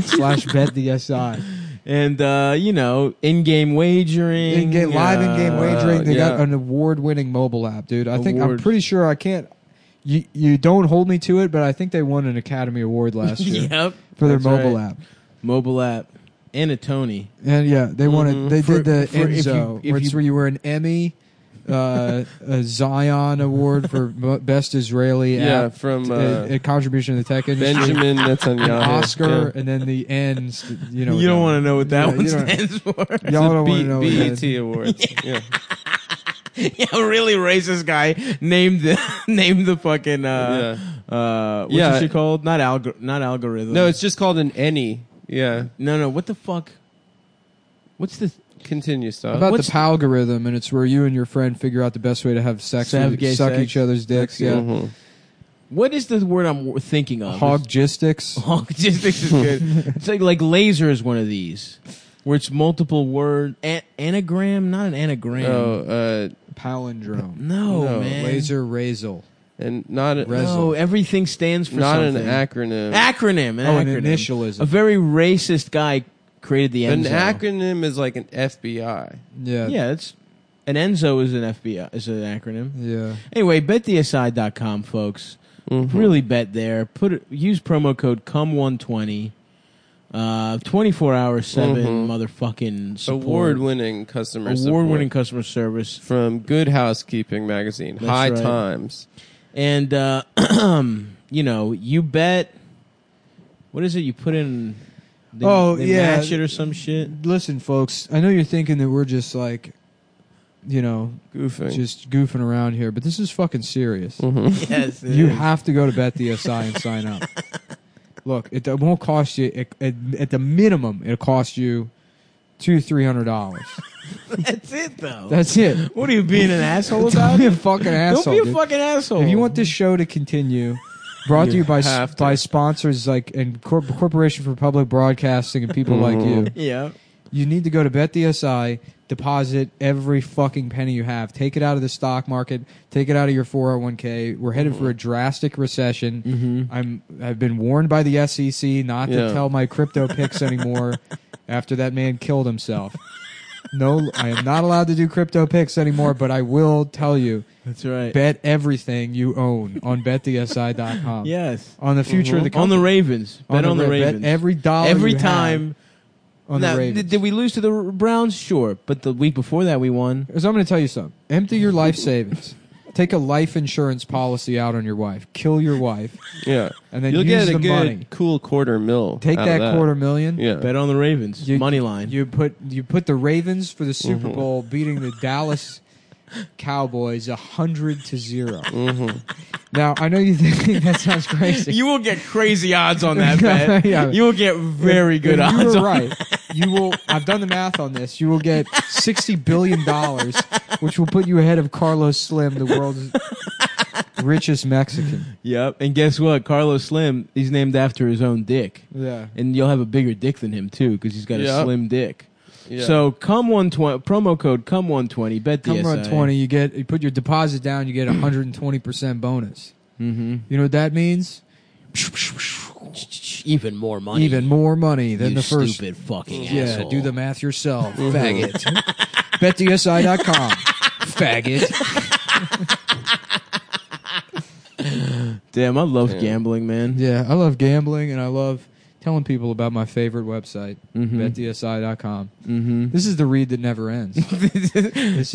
S4: slash betdsi.
S3: [LAUGHS] and uh, you know, in-game wagering,
S4: In game, live in game
S3: uh, [LAUGHS]
S4: wagering, they got
S3: yeah.
S4: an award winning mobile app, dude. I think I'm
S3: Award.
S4: pretty sure I can't. You, you don't hold me to it, but I think they won an Academy
S3: [LAUGHS]
S4: Award last year
S3: yep,
S4: for their
S3: that's
S4: mobile
S3: right.
S4: app.
S3: mobile app, and a Tony.
S4: And yeah, they wanted they
S3: Mm-hmm. For-
S4: did the
S3: for if
S4: Enzo,
S3: you- if
S4: where it's
S3: you-
S4: where you were an Emmy, uh, a Zion
S3: [LAUGHS]
S4: Award for mo- best Israeli
S2: Yeah,
S4: app,
S2: from
S4: a-
S2: uh,
S4: a, contribution to the tech industry,
S2: Benjamin Netanyahu.
S4: an Oscar,
S2: Yeah.
S4: and then the ends. You know,
S3: You don't want to know what that
S4: Yeah, you
S3: one
S4: don't-
S3: stands [LAUGHS] for.
S4: to. Y'all don't want
S2: B-
S4: to know.
S3: E
S4: what that-
S2: BET
S3: [LAUGHS]
S2: Awards. yeah.
S3: yeah, a really racist guy named the [LAUGHS] named the fucking uh uh what's
S2: Yeah.
S3: yeah. she called? Not alg not algorithm.
S2: No, it's just called an any. Yeah.
S3: no no what the fuck? What's the
S2: Continue stuff.
S4: About
S3: What's-
S4: the palgorithm, and it's where you and your friend figure out the best way to have sex,
S3: Have
S4: with-
S3: gay
S4: suck
S3: sex.
S4: each other's dicks. Yeah,
S2: Mhm.
S3: what is the word I'm w- thinking of? [LAUGHS]
S4: hoggistics.
S3: Hoggistics is good. it's like like laser is one of these where it's multiple word an- anagram, not an anagram.
S2: Oh, uh,
S4: palindrome,
S3: no,
S2: no,
S3: man.
S4: laser razel.
S2: and not a,
S4: Res-
S3: No, everything stands for
S2: not
S3: something.
S2: an acronym.
S3: acronym. An
S4: Oh, an
S3: acronym.
S4: initialism.
S3: A very racist guy created the
S2: an
S3: Enzo.
S2: acronym is like an FBI.
S4: Yeah,
S3: Yeah, it's an Enzo is an FBI is an acronym.
S4: yeah.
S3: Anyway, betdsi.com, folks.
S4: Mm-hmm.
S3: Really bet there. Put it, use promo code cum120. Uh, 24 hour 7
S4: Mm-hmm.
S3: motherfucking support.
S2: Award winning customer
S3: Award winning
S2: support
S3: customer service.
S2: from Good Housekeeping magazine.
S3: That's
S2: High
S3: right.
S2: Times.
S3: And, uh, [CLEARS THROAT] you know, you bet. What is it you put in? They,
S4: Oh,
S3: they
S4: yeah.
S3: Match it or some
S4: [LAUGHS]
S3: shit?
S4: Listen, folks, I know you're thinking that we're just like, you know,
S2: Goofing.
S4: just goofing around here, but this is fucking serious.
S3: yes. it
S4: You
S3: is.
S4: have to go to BetDSI and sign up. Look, it won't cost you. It, at, at the minimum, it'll cost you two, three hundred dollars.
S3: [LAUGHS] That's it, though. [LAUGHS]
S4: That's it. [LAUGHS]
S3: what are you being an asshole
S4: Don't
S3: about?
S4: be a fucking asshole.
S3: Don't be a
S4: dude.
S3: fucking asshole.
S4: If you want this show to continue, brought to you by
S2: have to.
S4: by sponsors like and Corp- Corporation for Public Broadcasting and people like you,
S3: Yeah.
S4: you need to go to BetDSI, deposit every fucking penny you have, take it out of the stock market, take it out of your 401k. We're headed
S3: Mm-hmm.
S4: for a drastic recession. I'm I've been warned by the SEC not
S2: Yeah.
S4: to tell my crypto
S3: [LAUGHS]
S4: picks anymore after that man killed himself. No, I am not allowed to do crypto picks anymore, but I will tell you
S3: That's right.
S4: bet everything you own on betdsi.com.
S3: yes.
S4: On the future of the
S3: On
S4: company.
S3: the Ravens. Bet on the,
S4: Mm-hmm. Ra-
S3: Ravens.
S4: Bet every dollar.
S3: Every
S4: you have
S3: time.
S4: on
S3: Now,
S4: the
S3: did-
S4: Ravens.
S3: did we lose to the R- Browns? Sure. But the week before that, we won.
S4: Because I'm going to tell you something. Empty your life savings. Take a life insurance policy out on your wife. Kill your wife.
S2: Yeah.
S4: And then
S2: You'll
S4: use
S2: get a
S4: the
S2: good
S4: money.
S2: cool quarter mil.
S4: Take
S2: out of
S4: that, quarter million.
S2: Yeah.
S3: Bet on the Ravens.
S4: You-
S3: Money line.
S4: You put you put the Ravens for the Super
S3: Mm-hmm.
S4: Bowl beating the Dallas Cowboys hundred to 0 Now I know you think [LAUGHS] that sounds crazy.
S3: Mm-hmm. You will get crazy odds on [LAUGHS] that bet.
S4: Yeah.
S3: You will get very good
S4: if
S3: odds.
S4: You were
S3: on-
S4: right. You will. I've done the math on this. You will get sixty billion dollars, which will put you ahead of Carlos Slim, the world's richest Mexican.
S3: Yep. And guess what? Carlos Slim, he's named after his own dick.
S4: Yeah.
S3: And you'll have a bigger dick than him, too, because he's got a
S2: Yep.
S3: slim dick.
S2: Yeah.
S3: So come 120, promo code come 120, bet
S4: Come
S3: DSI.
S4: run twenty. You get. You put your deposit down. You get a hundred and twenty percent bonus. Mm-hmm. You know what that means?
S3: Even more money.
S4: Even more money than
S3: you
S4: the first.
S3: stupid fucking
S4: yeah.
S3: asshole.
S4: Do the math
S3: [LAUGHS]
S4: yourself, faggot.
S3: [LAUGHS]
S4: BetDSI.com, faggot.
S3: Damn, I love
S2: Damn.
S3: gambling, man.
S4: Yeah, I love gambling and I love telling people about my favorite website, betdsi.com.
S3: Mm-hmm.
S4: This is the read that never ends. [LAUGHS] this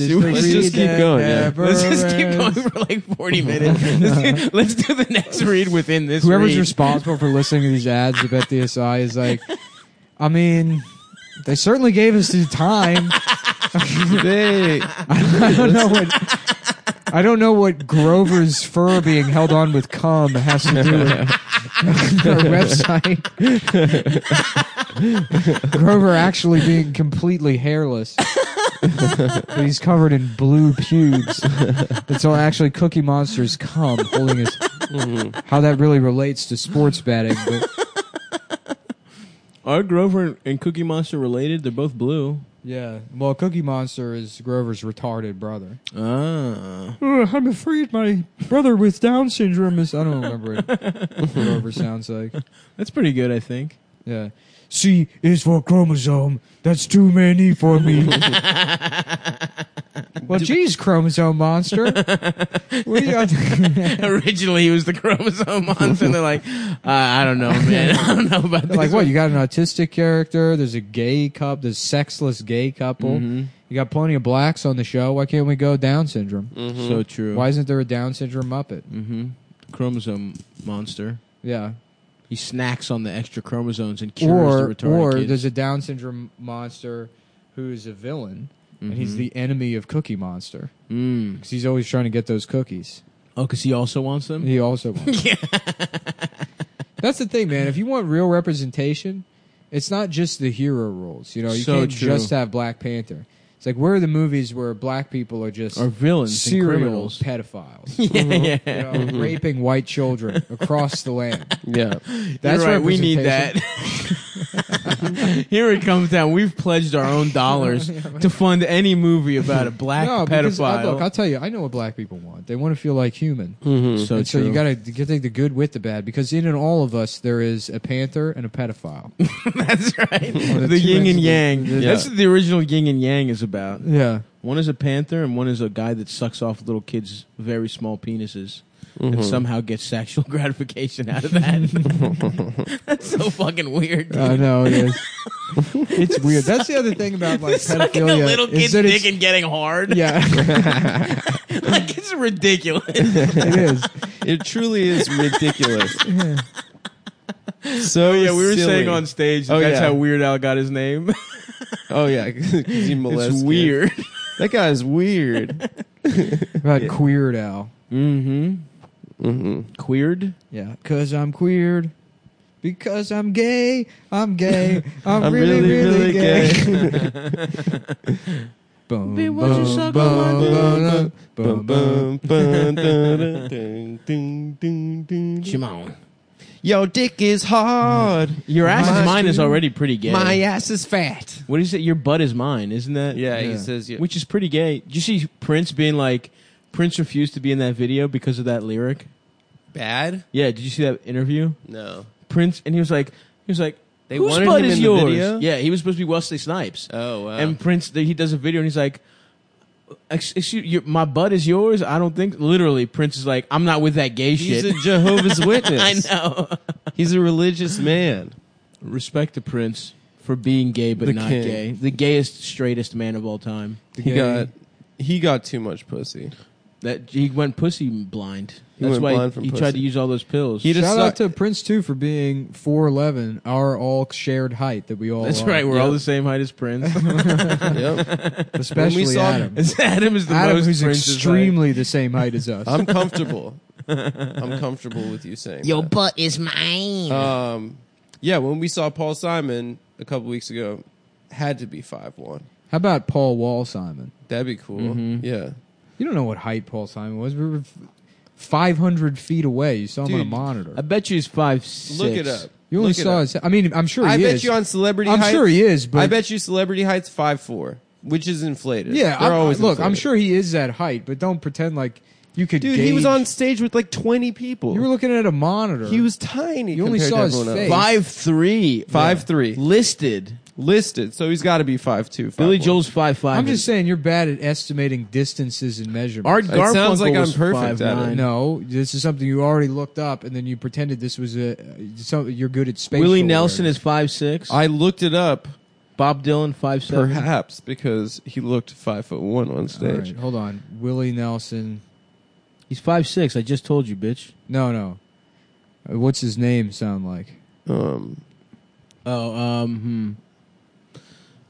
S4: is the
S2: Let's
S4: read
S2: just keep
S4: that
S2: going, yeah.
S3: [LAUGHS]
S4: never
S3: Let's just keep
S4: ends.
S3: going for like [LAUGHS] 40 minutes. Let's do, let's do the next read within this
S4: Whoever's
S3: read.
S4: responsible for listening to these ads about DSI is like, I mean, they certainly gave us the time.
S2: They-
S4: [LAUGHS] I don't know what. I don't know what Grover's fur being held on with cum has to do with their website. Grover actually being completely hairless, but he's covered in blue pubes. It's all actually Cookie Monster's cum holding his. How that really relates to sports betting, but
S3: Are Grover and Cookie Monster related? They're both blue.
S4: [LAUGHS] yeah. Well, Cookie Monster is Grover's retarded brother.
S3: Ah.
S4: Ugh, I'm afraid my brother with Down syndrome is. I don't remember [LAUGHS] it. Whatever sounds like.
S3: That's pretty good, I think.
S4: Yeah. C is for chromosome. That's too many for me. [LAUGHS] well, geez, chromosome monster. What do you
S3: [LAUGHS]
S4: [LAUGHS]
S3: Originally, he was the [LAUGHS] chromosome monster. and They're like, uh, I don't know, man. [LAUGHS] I don't know about this.
S4: like? What you got? An autistic character. There's a gay couple. There's sexless gay couple. You got plenty of blacks on the show. Why can't we go Down syndrome?
S3: So true.
S4: Why isn't there a Down syndrome Muppet?
S3: Mm-hmm. Chromosome monster.
S4: Yeah.
S3: He snacks on the extra chromosomes and cures
S4: or
S3: the retarded
S4: or
S3: kids.
S4: there's a Down syndrome monster who is a villain and he's
S3: Mm-hmm.
S4: the enemy of Cookie Monster
S3: Mm.
S4: because he's always trying to get those cookies.
S3: Oh, because he also wants them?
S4: He
S3: [LAUGHS]
S4: also wants. That's the thing, man. If you want real representation, it's not just the hero roles. You know, you
S3: So
S4: can't
S3: true.
S4: just have Black Panther. It's like where are the movies where black people are just
S3: Or villains and
S4: serial
S3: criminals.
S4: pedophiles,
S3: yeah, [LAUGHS] yeah.
S4: you know, raping white children across the land.
S2: [LAUGHS] yeah.
S3: [LAUGHS]
S4: That's
S3: You're right. We need that.
S4: representation. [LAUGHS]
S3: Here it comes down. We've pledged our own dollars to fund any movie about a black
S4: No, because uh,
S3: pedophile.
S4: look, I'll tell you, I know what black people want. They want to feel like human.
S3: so,
S4: and so you
S3: true.
S4: got to take the good with the bad because in and all of us there is a panther and a pedophile.
S3: [LAUGHS] That's
S4: [LAUGHS]
S3: right.
S4: the
S3: the
S4: two
S3: yin
S4: ends
S3: and
S4: of the-
S3: yang.
S4: Yeah.
S3: That's what the original yin and yang is about.
S4: [LAUGHS] yeah,
S3: One is a panther, and one is a guy that sucks off little kids' very small penises and somehow gets sexual [LAUGHS] gratification out of that. [LAUGHS] That's so fucking weird.
S4: I know it is. [LAUGHS] it's weird. That's the other thing about like
S3: Sucking a
S4: pedophilia
S3: little
S4: is
S3: kid's
S4: that
S3: dick
S4: it's
S3: and getting hard. [LAUGHS]
S4: yeah, [LAUGHS]
S3: like it's ridiculous.
S4: it is.
S2: It truly is ridiculous. So
S3: yeah, we were
S2: silly.
S3: saying on stage that
S2: Oh,
S3: that's
S2: yeah.
S3: how Weird Al got his name. [LAUGHS]
S2: Oh yeah, [LAUGHS] 'cause he molests
S3: it's
S2: kids.
S3: weird.
S2: That guy's weird.
S4: About queered Al.
S3: mm-hmm.
S2: Mhm.
S3: Queered.
S4: Yeah, cause I'm queered. Because I'm gay, I'm [LAUGHS] gay, I'm,
S2: I'm
S4: really, really, gay. Boom,
S3: Babe, won't you
S4: boom,
S3: suck
S4: boom,
S3: on my
S4: boom, boom,
S2: Bum,
S4: boom.
S2: bum, bum, da, da, dun, dun, [LAUGHS] dun, dun.
S3: Shimon.
S2: Yo, dick is hard.
S3: Your ass
S2: My
S3: is mine is
S2: dude.
S3: already pretty gay.
S2: My ass is fat.
S3: What is it? Your butt is mine, isn't that?
S2: Yeah,
S4: Yeah.
S2: he says. Yeah.
S3: Which is pretty gay. Did you see Prince being like, Prince refused to be in that video because of that lyric?
S2: bad?
S3: Yeah, did you see that interview?
S2: No.
S3: Prince, and he was like, he was like,
S2: They
S3: whose
S2: wanted
S3: butt
S2: him in
S3: is
S2: the
S3: yours?
S2: video?
S3: Yeah, he was supposed to be Wesley Snipes.
S2: Oh wow.
S3: And Prince, he does a video and he's like, "Ex- "Excuse your, my butt is yours." I don't think literally. Prince is like, "I'm not with that gay
S2: He's
S3: shit."
S2: a [LAUGHS] Jehovah's Witness.
S3: I know.
S2: He's a religious man.
S3: Respect to Prince for being gay, but
S2: The
S3: not
S2: king.
S3: gay. The gayest, straightest man of all time.
S2: He
S4: Gay.
S2: got he got too much [LAUGHS] pussy.
S3: That he went pussy blind.
S2: He
S3: That's
S2: went
S3: why
S2: blind from
S3: he tried to
S2: pussy.
S3: use all those pills.
S2: He just
S4: Shout out
S2: suck-
S4: to Prince too for being four eleven, our all shared height that we
S3: [LAUGHS]
S4: all.
S3: That's
S4: are.
S3: right. We're all
S2: Yeah.
S3: the same height
S2: [LAUGHS]
S3: as Prince. [LAUGHS]
S2: Yep.
S4: Especially
S2: When we saw-
S4: Adam.
S3: Adam is the
S4: Adam,
S3: most
S4: who's
S3: Prince's height.
S4: extremely the same height as
S2: [LAUGHS]
S4: us.
S2: I'm comfortable. I'm comfortable with you saying
S5: Your
S2: that.
S5: butt is mine.
S2: Um, yeah, when we saw Paul Simon a couple weeks ago, had to be five one.
S4: How about Paul Wall Simon?
S2: That'd be cool. Yeah,
S4: You don't know what height Paul Simon was. We were five hundred feet away. You saw him on a
S2: Dude,
S4: monitor.
S3: I bet you he's five six.
S2: look it up.
S4: you only
S2: Look it
S4: saw
S2: up.
S4: his. I mean, I'm sure.
S2: I
S4: he
S2: bet
S4: is.
S2: you on Celebrity.
S4: I'm
S2: Heights,
S4: sure he is, but
S2: I bet you Celebrity Heights five four, which is inflated.
S4: Yeah,
S2: they're
S4: I'm-
S2: always
S4: look. I'm
S2: inflated.
S4: sure he is that height, but don't pretend like you could.
S2: Dude, he
S4: gauge-
S2: was on stage with like twenty people.
S4: You were looking at a monitor.
S2: he was tiny.
S4: You only
S2: compared
S4: saw
S2: to
S4: his
S2: everyone else.
S4: face.
S3: Five three.
S2: Five three.
S3: Listed.
S2: listed, so he's got to be five two.
S3: Billy Joel's five
S4: I'm just saying you're bad at estimating distances and measurements.
S3: Art Garfunkel
S2: It sounds like I'm
S3: was
S2: perfect at it.
S3: 5'9".
S4: no, this is something you already looked up, and then you pretended this was a. So you're good at space.
S3: Willie Nelson is five six.
S2: I looked it up,
S3: Bob Dylan five seven.
S2: perhaps because he looked five foot one on
S4: All
S2: stage.
S4: right, hold on, Willie Nelson.
S3: He's five six. I just told you, bitch.
S4: No, no. Uh, What's his name sound like?
S2: Um,
S3: Oh, um, hmm.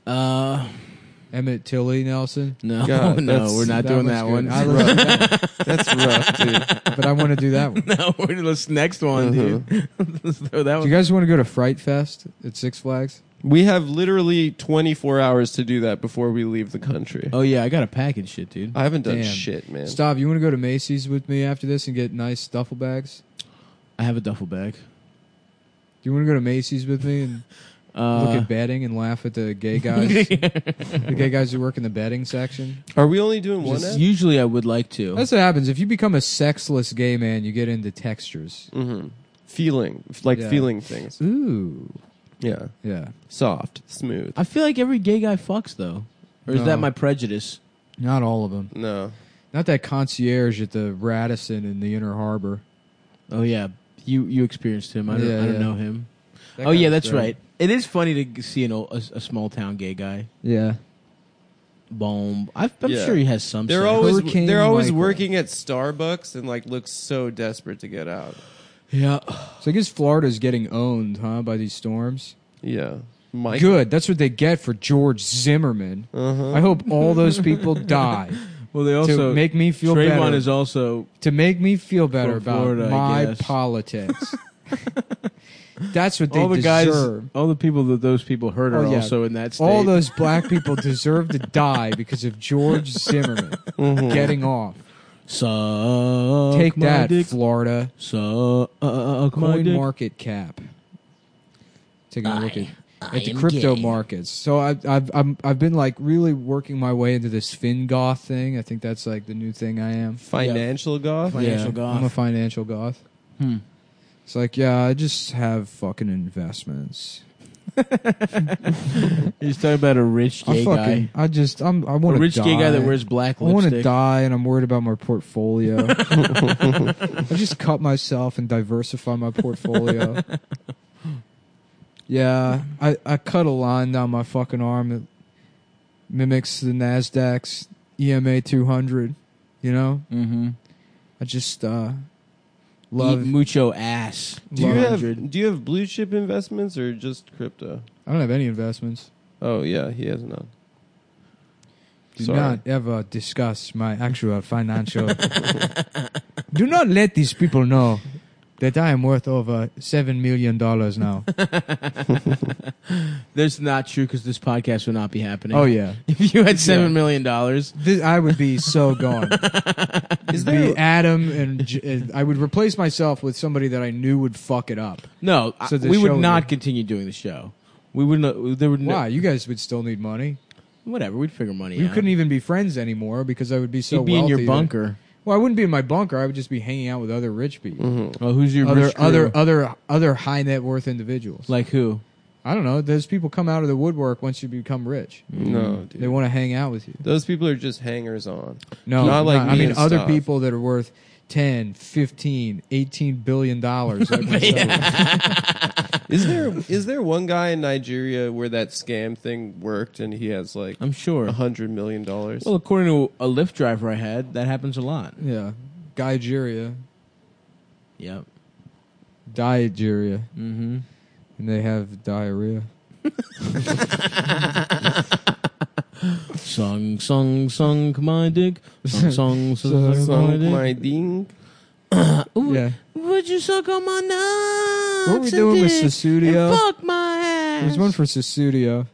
S3: Uh,
S4: Emmett Tilly Nelson.
S3: no, [LAUGHS]
S2: God,
S3: no,
S2: that's-
S3: we're not doing
S4: one's
S3: that
S4: good.
S3: one. [LAUGHS]
S4: I love that one,
S2: that's rough, dude.
S4: but I want to
S3: [LAUGHS]
S4: do that one.
S3: no, we're let's next one, dude. [LAUGHS] let's throw that
S4: Do you
S3: one.
S4: guys want to go to Fright Fest at Six Flags?
S2: We have literally 24 hours to do that before we leave the country.
S3: Oh yeah, I got a package shit, dude.
S2: I haven't done
S4: Damn.
S2: shit, man.
S4: Stop. You want to go to Macy's with me after this and get nice duffel bags?
S3: I have a duffel bag.
S4: Do you want to go to Macy's with me and look
S3: Uh,
S4: at betting and laugh at
S3: [LAUGHS]
S4: the gay guys? the gay guys who work in the betting section.
S2: Are we only doing one? app?
S3: usually I would like to.
S4: That's what happens if you become a sexless gay man. You get into textures.
S3: Mm.
S2: Mhm. Feeling f- like
S4: Yeah.
S2: feeling things.
S4: Ooh,
S2: Yeah,
S4: yeah.
S2: soft, smooth.
S3: I feel like every gay guy fucks though, or is
S4: No.
S3: that my prejudice?
S4: Not all of them.
S2: No,
S4: Not that concierge at the Radisson in the Inner Harbor.
S3: Oh yeah, you you experienced him. I don't,
S4: Yeah,
S3: I don't
S4: yeah.
S3: know him.
S4: That
S3: oh
S4: guy
S3: yeah,
S4: was
S3: that's
S4: great.
S3: right. It is funny to see an old, a, a small town gay guy.
S4: Yeah.
S3: Boom. I've, I'm
S2: Yeah.
S3: sure he has some.
S2: they're
S3: sex.
S2: always
S4: Hurricane
S2: they're always
S4: Michael.
S2: working at Starbucks and like look so desperate to get out.
S3: yeah.
S4: So I guess Florida's getting owned, huh, by these storms.
S2: Yeah, Mike.
S4: Good. That's what they get for George Zimmerman.
S3: Uh-huh.
S4: I hope all
S3: [LAUGHS]
S4: those people die
S3: Well, they
S4: to make me feel
S3: Trayvon
S4: better.
S3: is also
S4: to make me feel better
S3: From
S4: about
S3: Florida, I
S4: my
S3: guess. [LAUGHS]
S4: politics. That's what they
S3: all the
S4: deserve.
S3: guys, all the people that those people hurt are
S4: Oh, yeah.
S3: also in that state.
S4: all those black people deserve to die because of
S3: [LAUGHS]
S4: George Zimmerman getting off.
S3: suck
S4: Take
S3: Mm-hmm. my
S4: that,
S3: dick.
S4: Florida.
S3: suck my
S4: Coin
S3: dick.
S4: market cap. Taking a look at, at the crypto markets. So I've I've I'm, I've been like really working my way into this FinGoth thing. I think that's like the new thing I am.
S2: financial goth.
S3: Financial
S4: Yeah, I'm a
S3: goth.
S4: financial goth.
S3: Hmm.
S4: It's like, yeah, I just have fucking investments.
S3: He's talking about a rich
S4: I
S3: gay
S4: fucking,
S3: guy,
S4: I just, I'm, I
S3: a
S4: want to
S3: rich gay guy that wears black
S4: I want to
S3: lipstick.
S4: die, and I'm worried about
S3: [LAUGHS]
S4: my portfolio. I just cut myself and diversify
S3: [LAUGHS]
S4: my portfolio. yeah, I, I cut a line down my fucking arm that mimics the Nasdaq's E EMA 200. You know,
S3: mm-hmm.
S4: I just uh,
S3: Love
S4: love.
S3: mucho ass.
S2: Do you have
S3: 100.
S2: do you have blue chip investments or just crypto?
S4: I don't have any investments.
S2: Oh yeah, he has none.
S4: Do
S2: Sorry.
S4: not ever discuss my
S3: [LAUGHS]
S4: actual financial. Do not let these people know that I am worth over seven million dollars now.
S3: That's not true because this podcast would not be happening.
S4: oh yeah,
S3: [LAUGHS] if you had seven million dollars,
S4: this, I would be
S3: [LAUGHS]
S4: so gone.
S2: Is
S4: be
S2: there
S4: Adam and J- I would replace myself with somebody that I knew would fuck it up.
S3: no,
S4: So
S3: I-
S4: the
S3: we would
S4: show
S3: not
S4: would-
S3: continue doing the show. We would not. There would no,
S4: Why? You guys would still need money.
S3: whatever. We'd figure money.
S4: You
S3: out.
S4: couldn't even be friends anymore because I would be so.
S3: You'd be in your
S4: wealthy that-
S3: bunker.
S4: Well, I wouldn't be in my bunker. I would just be hanging out with other rich people,
S3: Well, who's your
S4: other
S3: Mm-hmm. rich crew?
S4: other other other high net worth individuals.
S3: like who?
S4: I don't know. Those people come out of the woodwork once you become rich.
S3: Mm-hmm.
S2: no? Dude.
S4: They want to hang out with you.
S2: Those people are just hangers on.
S4: No,
S2: Not like
S4: I
S2: me
S4: mean
S2: and
S4: other
S2: stuff.
S4: people that are worth 10, 15, 18 billion dollars. like myself.
S2: Is there [COUGHS] is there one guy in Nigeria where that scam thing worked and he has like
S3: I'm sure.
S2: a hundred million dollars?
S3: Well, according to a Lyft driver I had, that happens a lot.
S4: yeah. Guygeria,
S3: Yep.
S4: Digeria,
S3: Mm-hmm.
S4: and they have diarrhea.
S3: Sung, sung, sung, my dick. Sung, sung, sung,
S2: Song
S3: my dick.
S2: my ding.
S3: Ooh,
S4: Yeah.
S3: Would you suck on my nuts?
S4: What were we
S3: and
S4: doing with
S3: dick
S4: Susudio?
S3: and Fuck my ass.
S4: There's one for Susudio.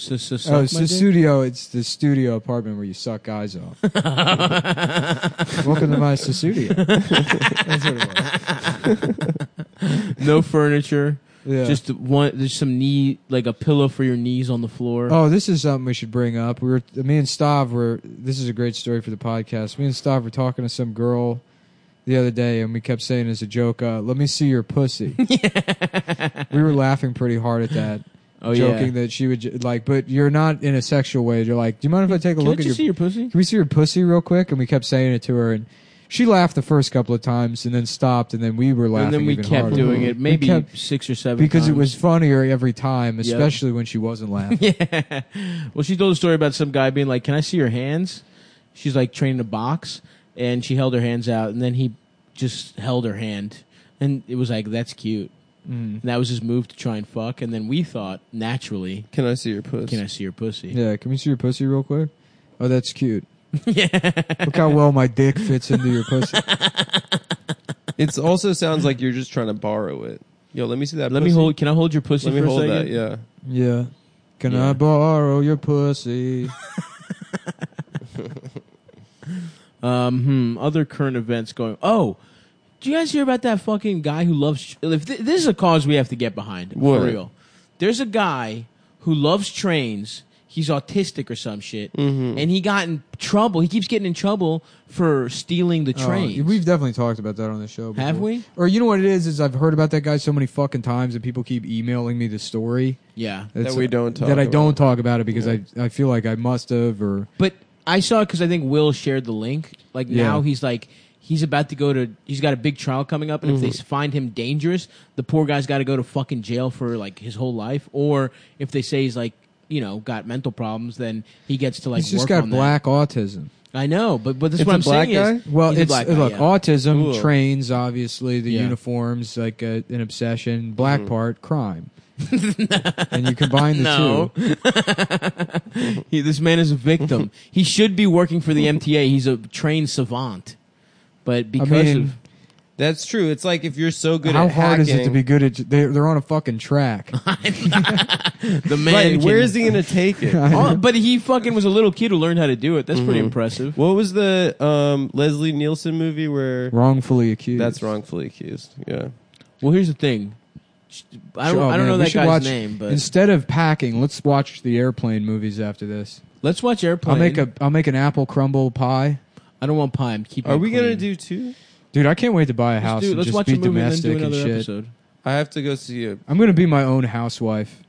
S4: Oh, Susudio, it's the studio apartment where you suck guys off. Welcome to my Susudio. [LAUGHS] That's what it was.
S3: No furniture.
S4: Yeah.
S3: Just one. There's some knee, like a pillow for your knees on the floor.
S4: Oh, this is something we should bring up. We were me and Stav were. This is a great story for the podcast. Me and Stav were talking to some girl the other day, and we
S3: [LAUGHS]
S4: kept saying as a joke, uh, "Let me see your pussy." we were laughing pretty hard at that.
S3: Oh, yeah.
S4: joking that she would j- like, but you're not in a sexual way. You're like, do you mind if I take a
S3: Can I
S4: look
S3: just
S4: at your?
S3: see your pussy?
S4: Can we see your pussy real quick? And we kept saying it to her, and she laughed the first couple of times, and then stopped, and then we were laughing.
S3: And then we
S4: even
S3: kept
S4: harder.
S3: doing it,
S4: We
S3: maybe
S4: kept-
S3: six or seven
S4: because it
S3: times.
S4: was funnier every time,
S3: Yeah.
S4: especially when she wasn't laughing.
S3: [LAUGHS] yeah. Well, she told a story about some guy being like, "Can I see your hands?" She's like training a box, and she held her hands out, and then he just held her hand, and it was like, "That's cute." And that was his move to try and fuck, and then we thought naturally,
S2: Can I see your puss?
S3: "Can I see your pussy?"
S4: yeah, can we see your pussy real quick? Oh, that's
S3: [LAUGHS]
S4: cute. yeah, look how well my dick fits into
S3: [LAUGHS]
S4: your pussy.
S2: It also sounds like you're just trying to borrow it. Yo, let me see that.
S3: Let me
S2: pussy.
S3: hold. Can I hold your pussy
S2: Let me
S3: for
S2: hold
S3: a second?
S2: that. Yeah.
S4: Yeah, can
S3: Yeah.
S4: I borrow your pussy?
S3: Um, hmm, other current events going. Oh, do you guys hear about that fucking guy who loves? If th- this is a cause we have to get behind
S2: What?
S3: for real. There's a guy who loves trains. He's autistic or some shit,
S4: Mm-hmm.
S3: and he got in trouble. He keeps getting in trouble for stealing the [LAUGHS] trains.
S4: Oh, we've definitely talked about that on the show. Before.
S3: Have we?
S4: Or you know what it is? Is I've heard about that guy so many fucking times, and people keep emailing me the story
S3: yeah,
S4: It's-
S2: we don't talk
S4: that I don't
S2: about.
S4: talk about it because I I feel like I must have or
S3: but I saw it because I think Will shared the link. Like
S4: Yeah.
S3: now he's like. He's about to go to. He's got a big trial coming up, and if
S4: Mm-hmm.
S3: they find him dangerous, the poor guy's got to go to fucking jail for like his whole life. Or if they say he's like, you know, got mental problems, then he gets to like.
S4: he's just
S3: work
S4: got
S3: on that.
S4: black autism.
S3: I know, but but this is
S2: It's
S3: what
S2: a
S3: I'm
S2: black
S3: saying is,
S2: guy?
S4: Well,
S3: he's a
S4: it's
S3: black guy,
S4: look
S3: yeah.
S4: autism
S2: Cool.
S4: trains obviously the
S3: Yeah. Mm-hmm.
S4: uniforms like a, an obsession, black
S3: [LAUGHS]
S4: part crime, and you combine the
S3: No.
S4: two.
S3: He- this man is a
S4: [LAUGHS]
S3: victim. he should be working for the MTA. He's a trained savant, but because
S4: mean,
S3: of
S2: That's true. It's like if you're so good
S4: How
S2: at
S4: hard is it to
S2: hacking-
S4: be good at? They're, they're on a fucking
S3: [LAUGHS]
S4: track.
S3: the man,
S2: Right,
S3: can-
S2: where is he
S3: [LAUGHS]
S2: going to take it?
S3: Oh, but he fucking was a little kid who learned how to do it. That's pretty impressive.
S2: what was the um, Leslie Nielsen movie where
S4: Wrongfully accused.
S2: that's wrongfully accused? Yeah.
S3: Well, here's the thing. I don't,
S4: Oh,
S3: I don't
S4: man,
S3: know
S4: we
S3: that
S4: should
S3: guy's
S4: watch-
S3: name, but
S4: instead of packing, let's watch the airplane movies after this.
S3: let's watch Airplane.
S4: I'll make a I'll make an apple crumble pie,
S3: I don't want pie. I'm keeping.
S2: Are
S3: it
S2: we going to
S3: clean.
S2: do two?
S4: dude. I can't wait to buy a
S3: Let's,
S4: house
S3: do,
S4: and
S3: let's
S4: just
S3: watch
S4: be
S3: a movie and then do
S4: domestic and
S3: another
S4: shit.
S3: episode.
S2: I have to go see a
S4: I'm gonna be my own housewife.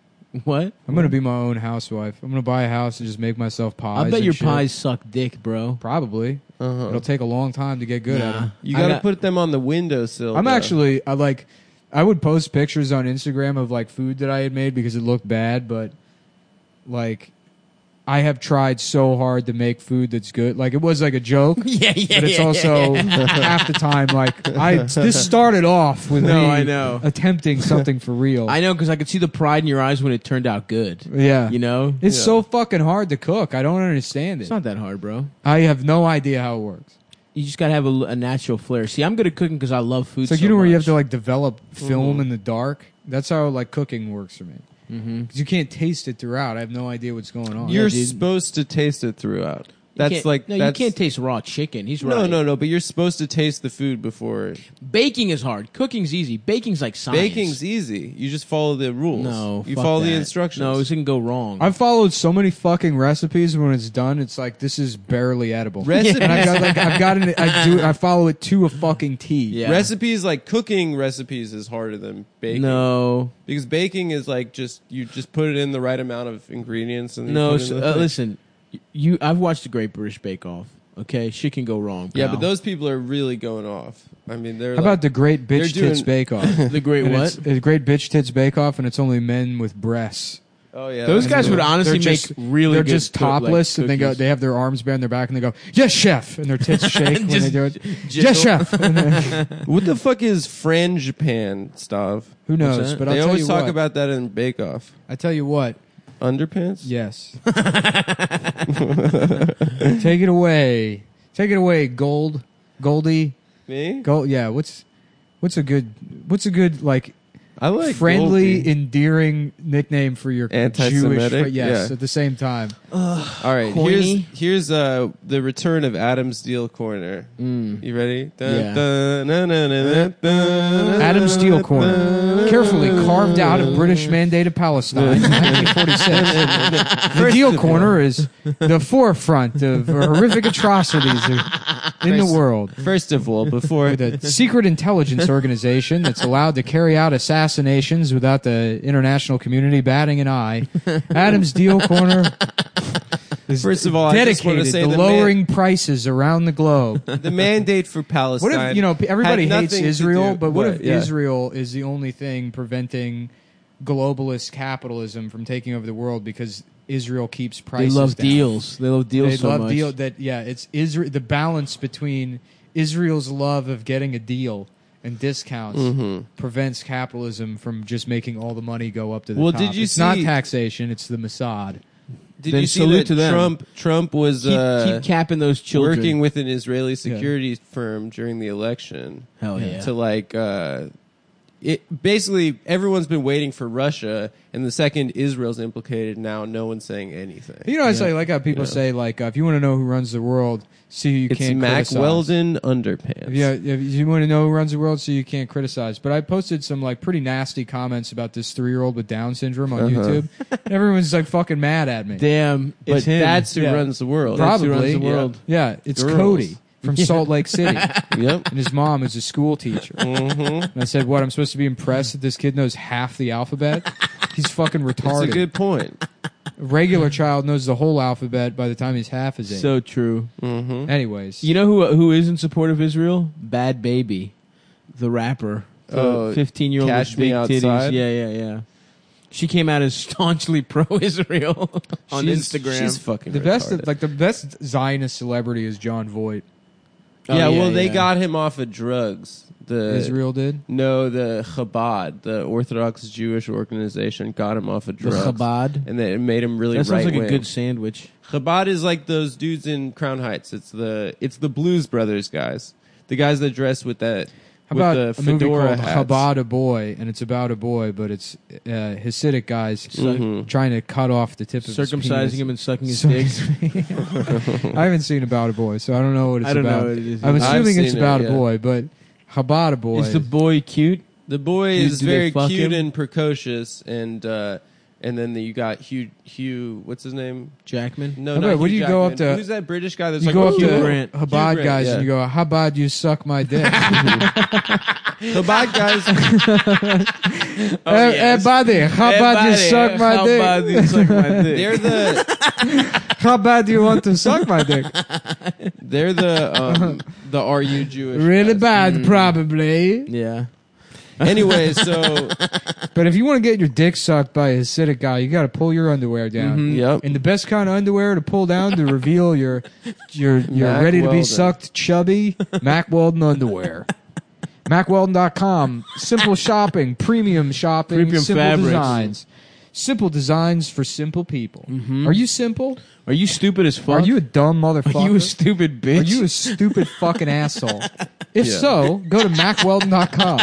S3: What?
S4: I'm gonna be my own housewife. I'm gonna buy a house and just make myself pies.
S3: I bet
S4: and
S3: your
S4: shit.
S3: pies suck dick, bro.
S4: Probably.
S2: Uh-huh.
S4: It'll take a long time to get good at
S3: Nah.
S4: them.
S2: You
S3: I
S2: got to
S3: got-
S2: put them on the windowsill.
S4: I'm
S2: though.
S4: actually I like I would post pictures on Instagram of like food that I had made because it looked bad, but like I have tried so hard to make food that's good. Like it was like a joke.
S3: [LAUGHS] [LAUGHS] yeah, yeah.
S4: But it's also [LAUGHS] half the time like I this started off with
S3: No,
S4: me
S3: I know.
S4: attempting something for
S3: [LAUGHS]
S4: real.
S3: I know because I could see the pride in your eyes when it turned out good.
S4: yeah.
S3: You know,
S4: It's
S2: Yeah.
S4: so fucking hard to cook. I don't understand
S3: it's
S4: it.
S3: not that hard, bro.
S4: I have no idea how it works.
S3: You just gotta have a, a natural flair. See, I'm good at cooking because I love food.
S4: It's like
S3: so Mm-hmm.
S4: you know where you have
S3: much.
S4: to like develop film in the dark. That's how like cooking works for me. Mm-hmm. You can't taste it throughout. I have no idea what's going on.
S2: You're
S3: dude.
S2: supposed to taste it throughout.
S3: You
S2: That's
S3: can't-
S2: like
S3: no,
S2: that's,
S3: you can't taste raw chicken. He's right.
S2: No, no, no. But you're supposed to taste the food before.
S3: Baking is hard. Cooking's easy. Baking's like science.
S2: Baking's easy. You just follow the rules.
S3: no.
S2: you
S3: fuck
S2: follow the
S3: that.
S2: instructions.
S3: No, it can go wrong.
S4: I've followed so many fucking recipes. When it's done, it's like this is barely edible.
S2: Recipes-
S4: And I got, like, I've gotten, it- I do, I follow it to a fucking T.
S3: yeah.
S2: recipes like cooking recipes is harder than baking.
S3: No,
S2: because baking is like just you just put it in the right amount of ingredients and you
S3: no.
S2: put it in
S3: So,
S2: the
S3: uh,
S2: thing.
S3: listen, you. I've watched the Great British Bake Off. Okay, shit can go wrong.
S2: Yeah,
S3: pal.
S2: but those people are really going off. I mean, they're
S4: How
S2: like,
S4: about the Great Bitch
S2: They're
S4: Tits
S2: doing-
S3: [LAUGHS]
S4: Bake Off?
S3: the great
S4: And
S3: what?
S4: It's, it's Great Bitch Tits Bake Off, and it's only men with breasts.
S2: oh yeah,
S3: Those
S2: that's
S3: guys
S2: cool.
S3: would honestly
S4: They're
S3: make really.
S4: They're
S3: good
S4: just
S3: cook- like,
S4: topless, and they go.
S3: cookies.
S4: They have their arms bare on their back, and they go, "Yes, chef!" And
S3: [LAUGHS]
S4: their tits shake when they
S3: Just
S4: do it.
S3: jiggle.
S4: Yes, chef. And then-
S2: [LAUGHS] What the fuck is frangipan, Stav?
S4: who knows?
S3: that?
S4: But I'll
S2: They
S4: tell
S2: always
S4: you
S2: talk
S4: what.
S2: about that in Bake Off.
S4: I tell you what.
S2: Underpants? [LAUGHS]
S4: Yes. Take it away. Take it away, Gold. Goldie.
S2: Me?
S4: Gold. Yeah. What's what's a good what's a good like
S2: I like
S4: friendly,
S2: Goldie.
S4: endearing nickname for your Jewish?
S2: Anti-Semitic?
S4: fri- yes.
S2: Yeah.
S4: At the same time,
S2: All right,
S3: Coiny.
S2: here's here's uh the return of Adam's Deal Corner.
S4: Mm.
S2: You ready? Dun,
S3: Yeah.
S2: dun, na, na, na, na, dun,
S4: Adam Steel Corner, carefully carved out of
S2: dun.
S4: British mandated Palestine, 1946. The Deal Corner is the forefront of horrific atrocities. in the
S2: First-
S4: world.
S2: First of all, before
S4: [LAUGHS] With a secret intelligence organization that's allowed to carry out assassinations without the international community batting an eye, Adam's Deal Corner is
S2: First of all, I just wanna
S4: dedicated
S2: say
S4: to
S2: the man-
S4: lowering prices around the globe.
S2: the mandate for Palestine.
S4: What if you know p- everybody
S2: had
S4: hates
S2: nothing to
S4: Israel,
S2: do-
S4: but what if
S2: yeah.
S4: Israel is the only thing preventing globalist capitalism from taking over the world because Israel keeps
S5: They
S4: prices
S5: love
S4: down.
S5: deals. They love deals
S4: They
S5: so
S4: love
S5: much.
S4: deal that yeah, it's Israel the balance between Israel's love of getting a deal and discounts prevents capitalism from just making all the money go up to the
S2: Well,
S4: top.
S2: did you
S4: it's not
S2: see-
S4: taxation, it's the Mossad.
S2: Did
S5: Then
S2: you see
S5: salute
S2: that
S5: to them.
S2: Trump? Trump was
S5: Keep,
S2: uh,
S5: keep capping those children.
S2: working with an Israeli security firm during the election.
S5: Hell yeah.
S2: To like, uh, it basically everyone's been waiting for Russia, and the second Israel's implicated now, no one's saying anything.
S4: You know, I say like how people say like uh, if you want to know who runs the world, see who you
S2: it's
S4: can't
S2: Mac
S4: criticize.
S2: Weldon underpants.
S4: Yeah, if you want to know who runs the world, so you can't criticize. But I posted some like pretty nasty comments about this three-year-old with Down syndrome on [LAUGHS] YouTube, and everyone's like fucking mad at me.
S5: Damn, but
S4: It's him.
S5: that's who
S4: Yeah.
S5: runs the world.
S4: Probably
S5: that's who runs the world.
S4: Yeah, it's
S2: Girls.
S4: Cody
S5: [LAUGHS]
S4: from Salt Lake City, and
S2: yep.
S4: his mom is a
S2: [LAUGHS]
S4: school teacher.
S2: Mm-hmm.
S4: And I said, "What? I'm supposed to be impressed that this kid knows half the alphabet?
S2: [LAUGHS]
S4: He's fucking
S2: That's a
S4: retarded.
S2: good
S4: [LAUGHS] Oh,
S2: point.
S4: a regular child knows the whole alphabet by the time he's half his age."
S5: So true.
S4: anyways,
S5: You know who who is in support of Israel? Bad Baby, the rapper.
S2: Oh,
S5: The fifteen year old
S2: Cash
S5: with
S2: Me
S5: big titties.
S2: Outside?
S5: Yeah, yeah, yeah. She came out as [LAUGHS] staunchly pro Israel [LAUGHS] on
S2: She's-
S5: Instagram.
S2: she's fucking
S4: the best,
S2: retarded.
S4: like the best Zionist celebrity is John Voight.
S5: Oh,
S2: yeah, well, they
S5: yeah.
S2: got him off of drugs. The
S4: Israel did.
S2: No, the Chabad, the Orthodox Jewish organization, got him off of
S5: the
S2: drugs.
S5: Chabad.
S2: and they, it made him really
S5: That
S2: right
S5: sounds like
S2: wing.
S5: a good sandwich.
S2: Chabad is like those dudes in Crown Heights. It's the it's the Blues Brothers guys, the guys that dress with that
S4: How
S2: with
S4: about
S2: the
S4: a movie
S2: fedora
S4: called
S2: hats.
S4: Chabad a Boy, and it's about a boy, but it's uh, Hasidic guys
S2: Mm-hmm.
S4: trying to cut off the tip of his
S5: Circumcising
S4: penis.
S5: him and sucking his
S4: So-
S5: dick.
S2: [LAUGHS]
S4: I haven't seen About a Boy, so I don't know what it's
S5: I don't know
S4: about.
S5: what it is.
S4: I'm
S5: I've
S4: assuming it's
S2: seen it,
S4: about
S2: yeah.
S4: a boy, but Chabad a Boy.
S5: Is the boy cute?
S2: The boy
S5: Dude,
S2: is
S5: do they
S2: very
S5: fuck
S2: cute
S5: him?
S2: and precocious, and uh, and then you got Hugh Hugh. What's his name?
S5: Jackman.
S2: No,
S4: How
S2: no.
S4: about- what do you go up to-
S2: Who's that British guy that's
S4: you
S2: like
S4: go
S2: "Oh,
S4: up to
S2: Hugh
S5: Grant.
S4: Chabad
S2: Hugh Grant,
S4: guys
S2: yeah. Oh,
S4: and you go, "How about you suck my dick?"
S2: [LAUGHS] Chabad
S4: [LAUGHS]
S2: guys.
S4: Eh, eh, buddy, how
S2: Eh,
S4: about you suck my dick?
S5: you suck
S4: [LAUGHS]
S5: my dick?
S2: They're the
S4: How bad do you want to suck
S2: [LAUGHS]
S4: my dick?
S2: They're the
S4: [LAUGHS]
S2: um, the are you Jewish?
S4: Really
S2: guys.
S4: bad, probably.
S5: yeah.
S2: Anyway, so
S4: But if you want to get your dick sucked by a Hasidic guy, you got to pull your underwear down.
S5: Mm-hmm.
S2: yep.
S4: And the best kind of underwear to pull down to reveal your
S5: [LAUGHS]
S4: your your
S2: Mack
S4: ready to
S2: Weldon.
S4: be sucked chubby Mac Weldon underwear. MacWeldon.com. Simple shopping, premium shopping,
S5: Premium
S4: simple
S5: fabrics.
S4: designs. Simple designs for simple people. Are you simple?
S5: Are you stupid as Mm-hmm. fuck?
S4: Are you a dumb motherfucker?
S5: [LAUGHS] Are you a stupid bitch?
S4: Are you a stupid fucking
S5: [LAUGHS]
S4: asshole? If
S2: Yeah.
S4: so, go
S5: [LAUGHS]
S4: to MacWeldon.com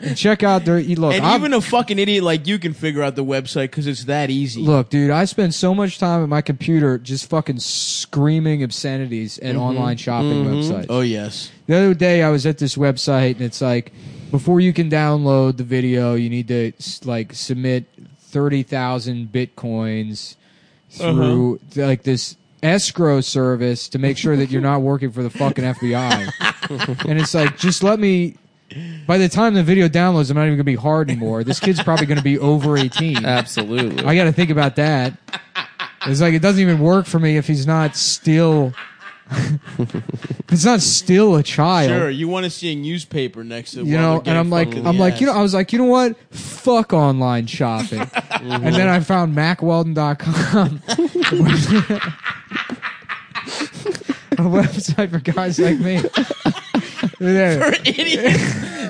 S4: and check out their. Look,
S5: and
S4: I'm-
S5: even a fucking idiot like you can figure out the website because it's that easy.
S4: Look, dude, I spend so much time at my computer just fucking screaming obscenities at online shopping websites.
S5: Oh yes.
S4: The other day, I was at this website and it's like, before you can download the video, you need to s- like submit thirty thousand bitcoins through th- like this escrow service to make sure that you're not working for the fucking FBI. and it's like, just let me. By the time the video downloads, I'm not even gonna be hard anymore. This kid's probably gonna be over eighteen.
S2: Absolutely.
S4: [LAUGHS] I got to think about that. It's like it doesn't even work for me if he's not still. [LAUGHS] if it's not still a child.
S5: Sure, you want to see a newspaper next to
S4: You know, and I'm like, I'm
S3: [LAUGHS]
S4: like, you know, I was like, you know what? Fuck online shopping. and then I found MacWeldon.com, [LAUGHS] a website for guys like me. [LAUGHS] There.
S3: [LAUGHS]
S5: idiot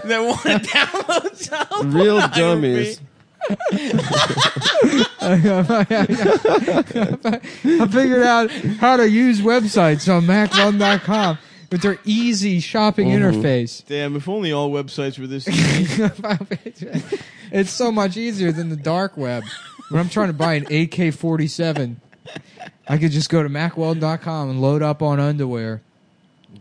S5: that want
S4: [LAUGHS]
S5: to download something.
S2: Real dummies.
S4: I figured out how to use websites on MacWeldon.com with their easy shopping interface.
S5: Damn, if only all websites were this.
S3: [LAUGHS]
S4: [LAUGHS] it's so much easier than the dark web. When I'm trying to buy an AK 47, I could just go to MacWeldon.com and load up on underwear.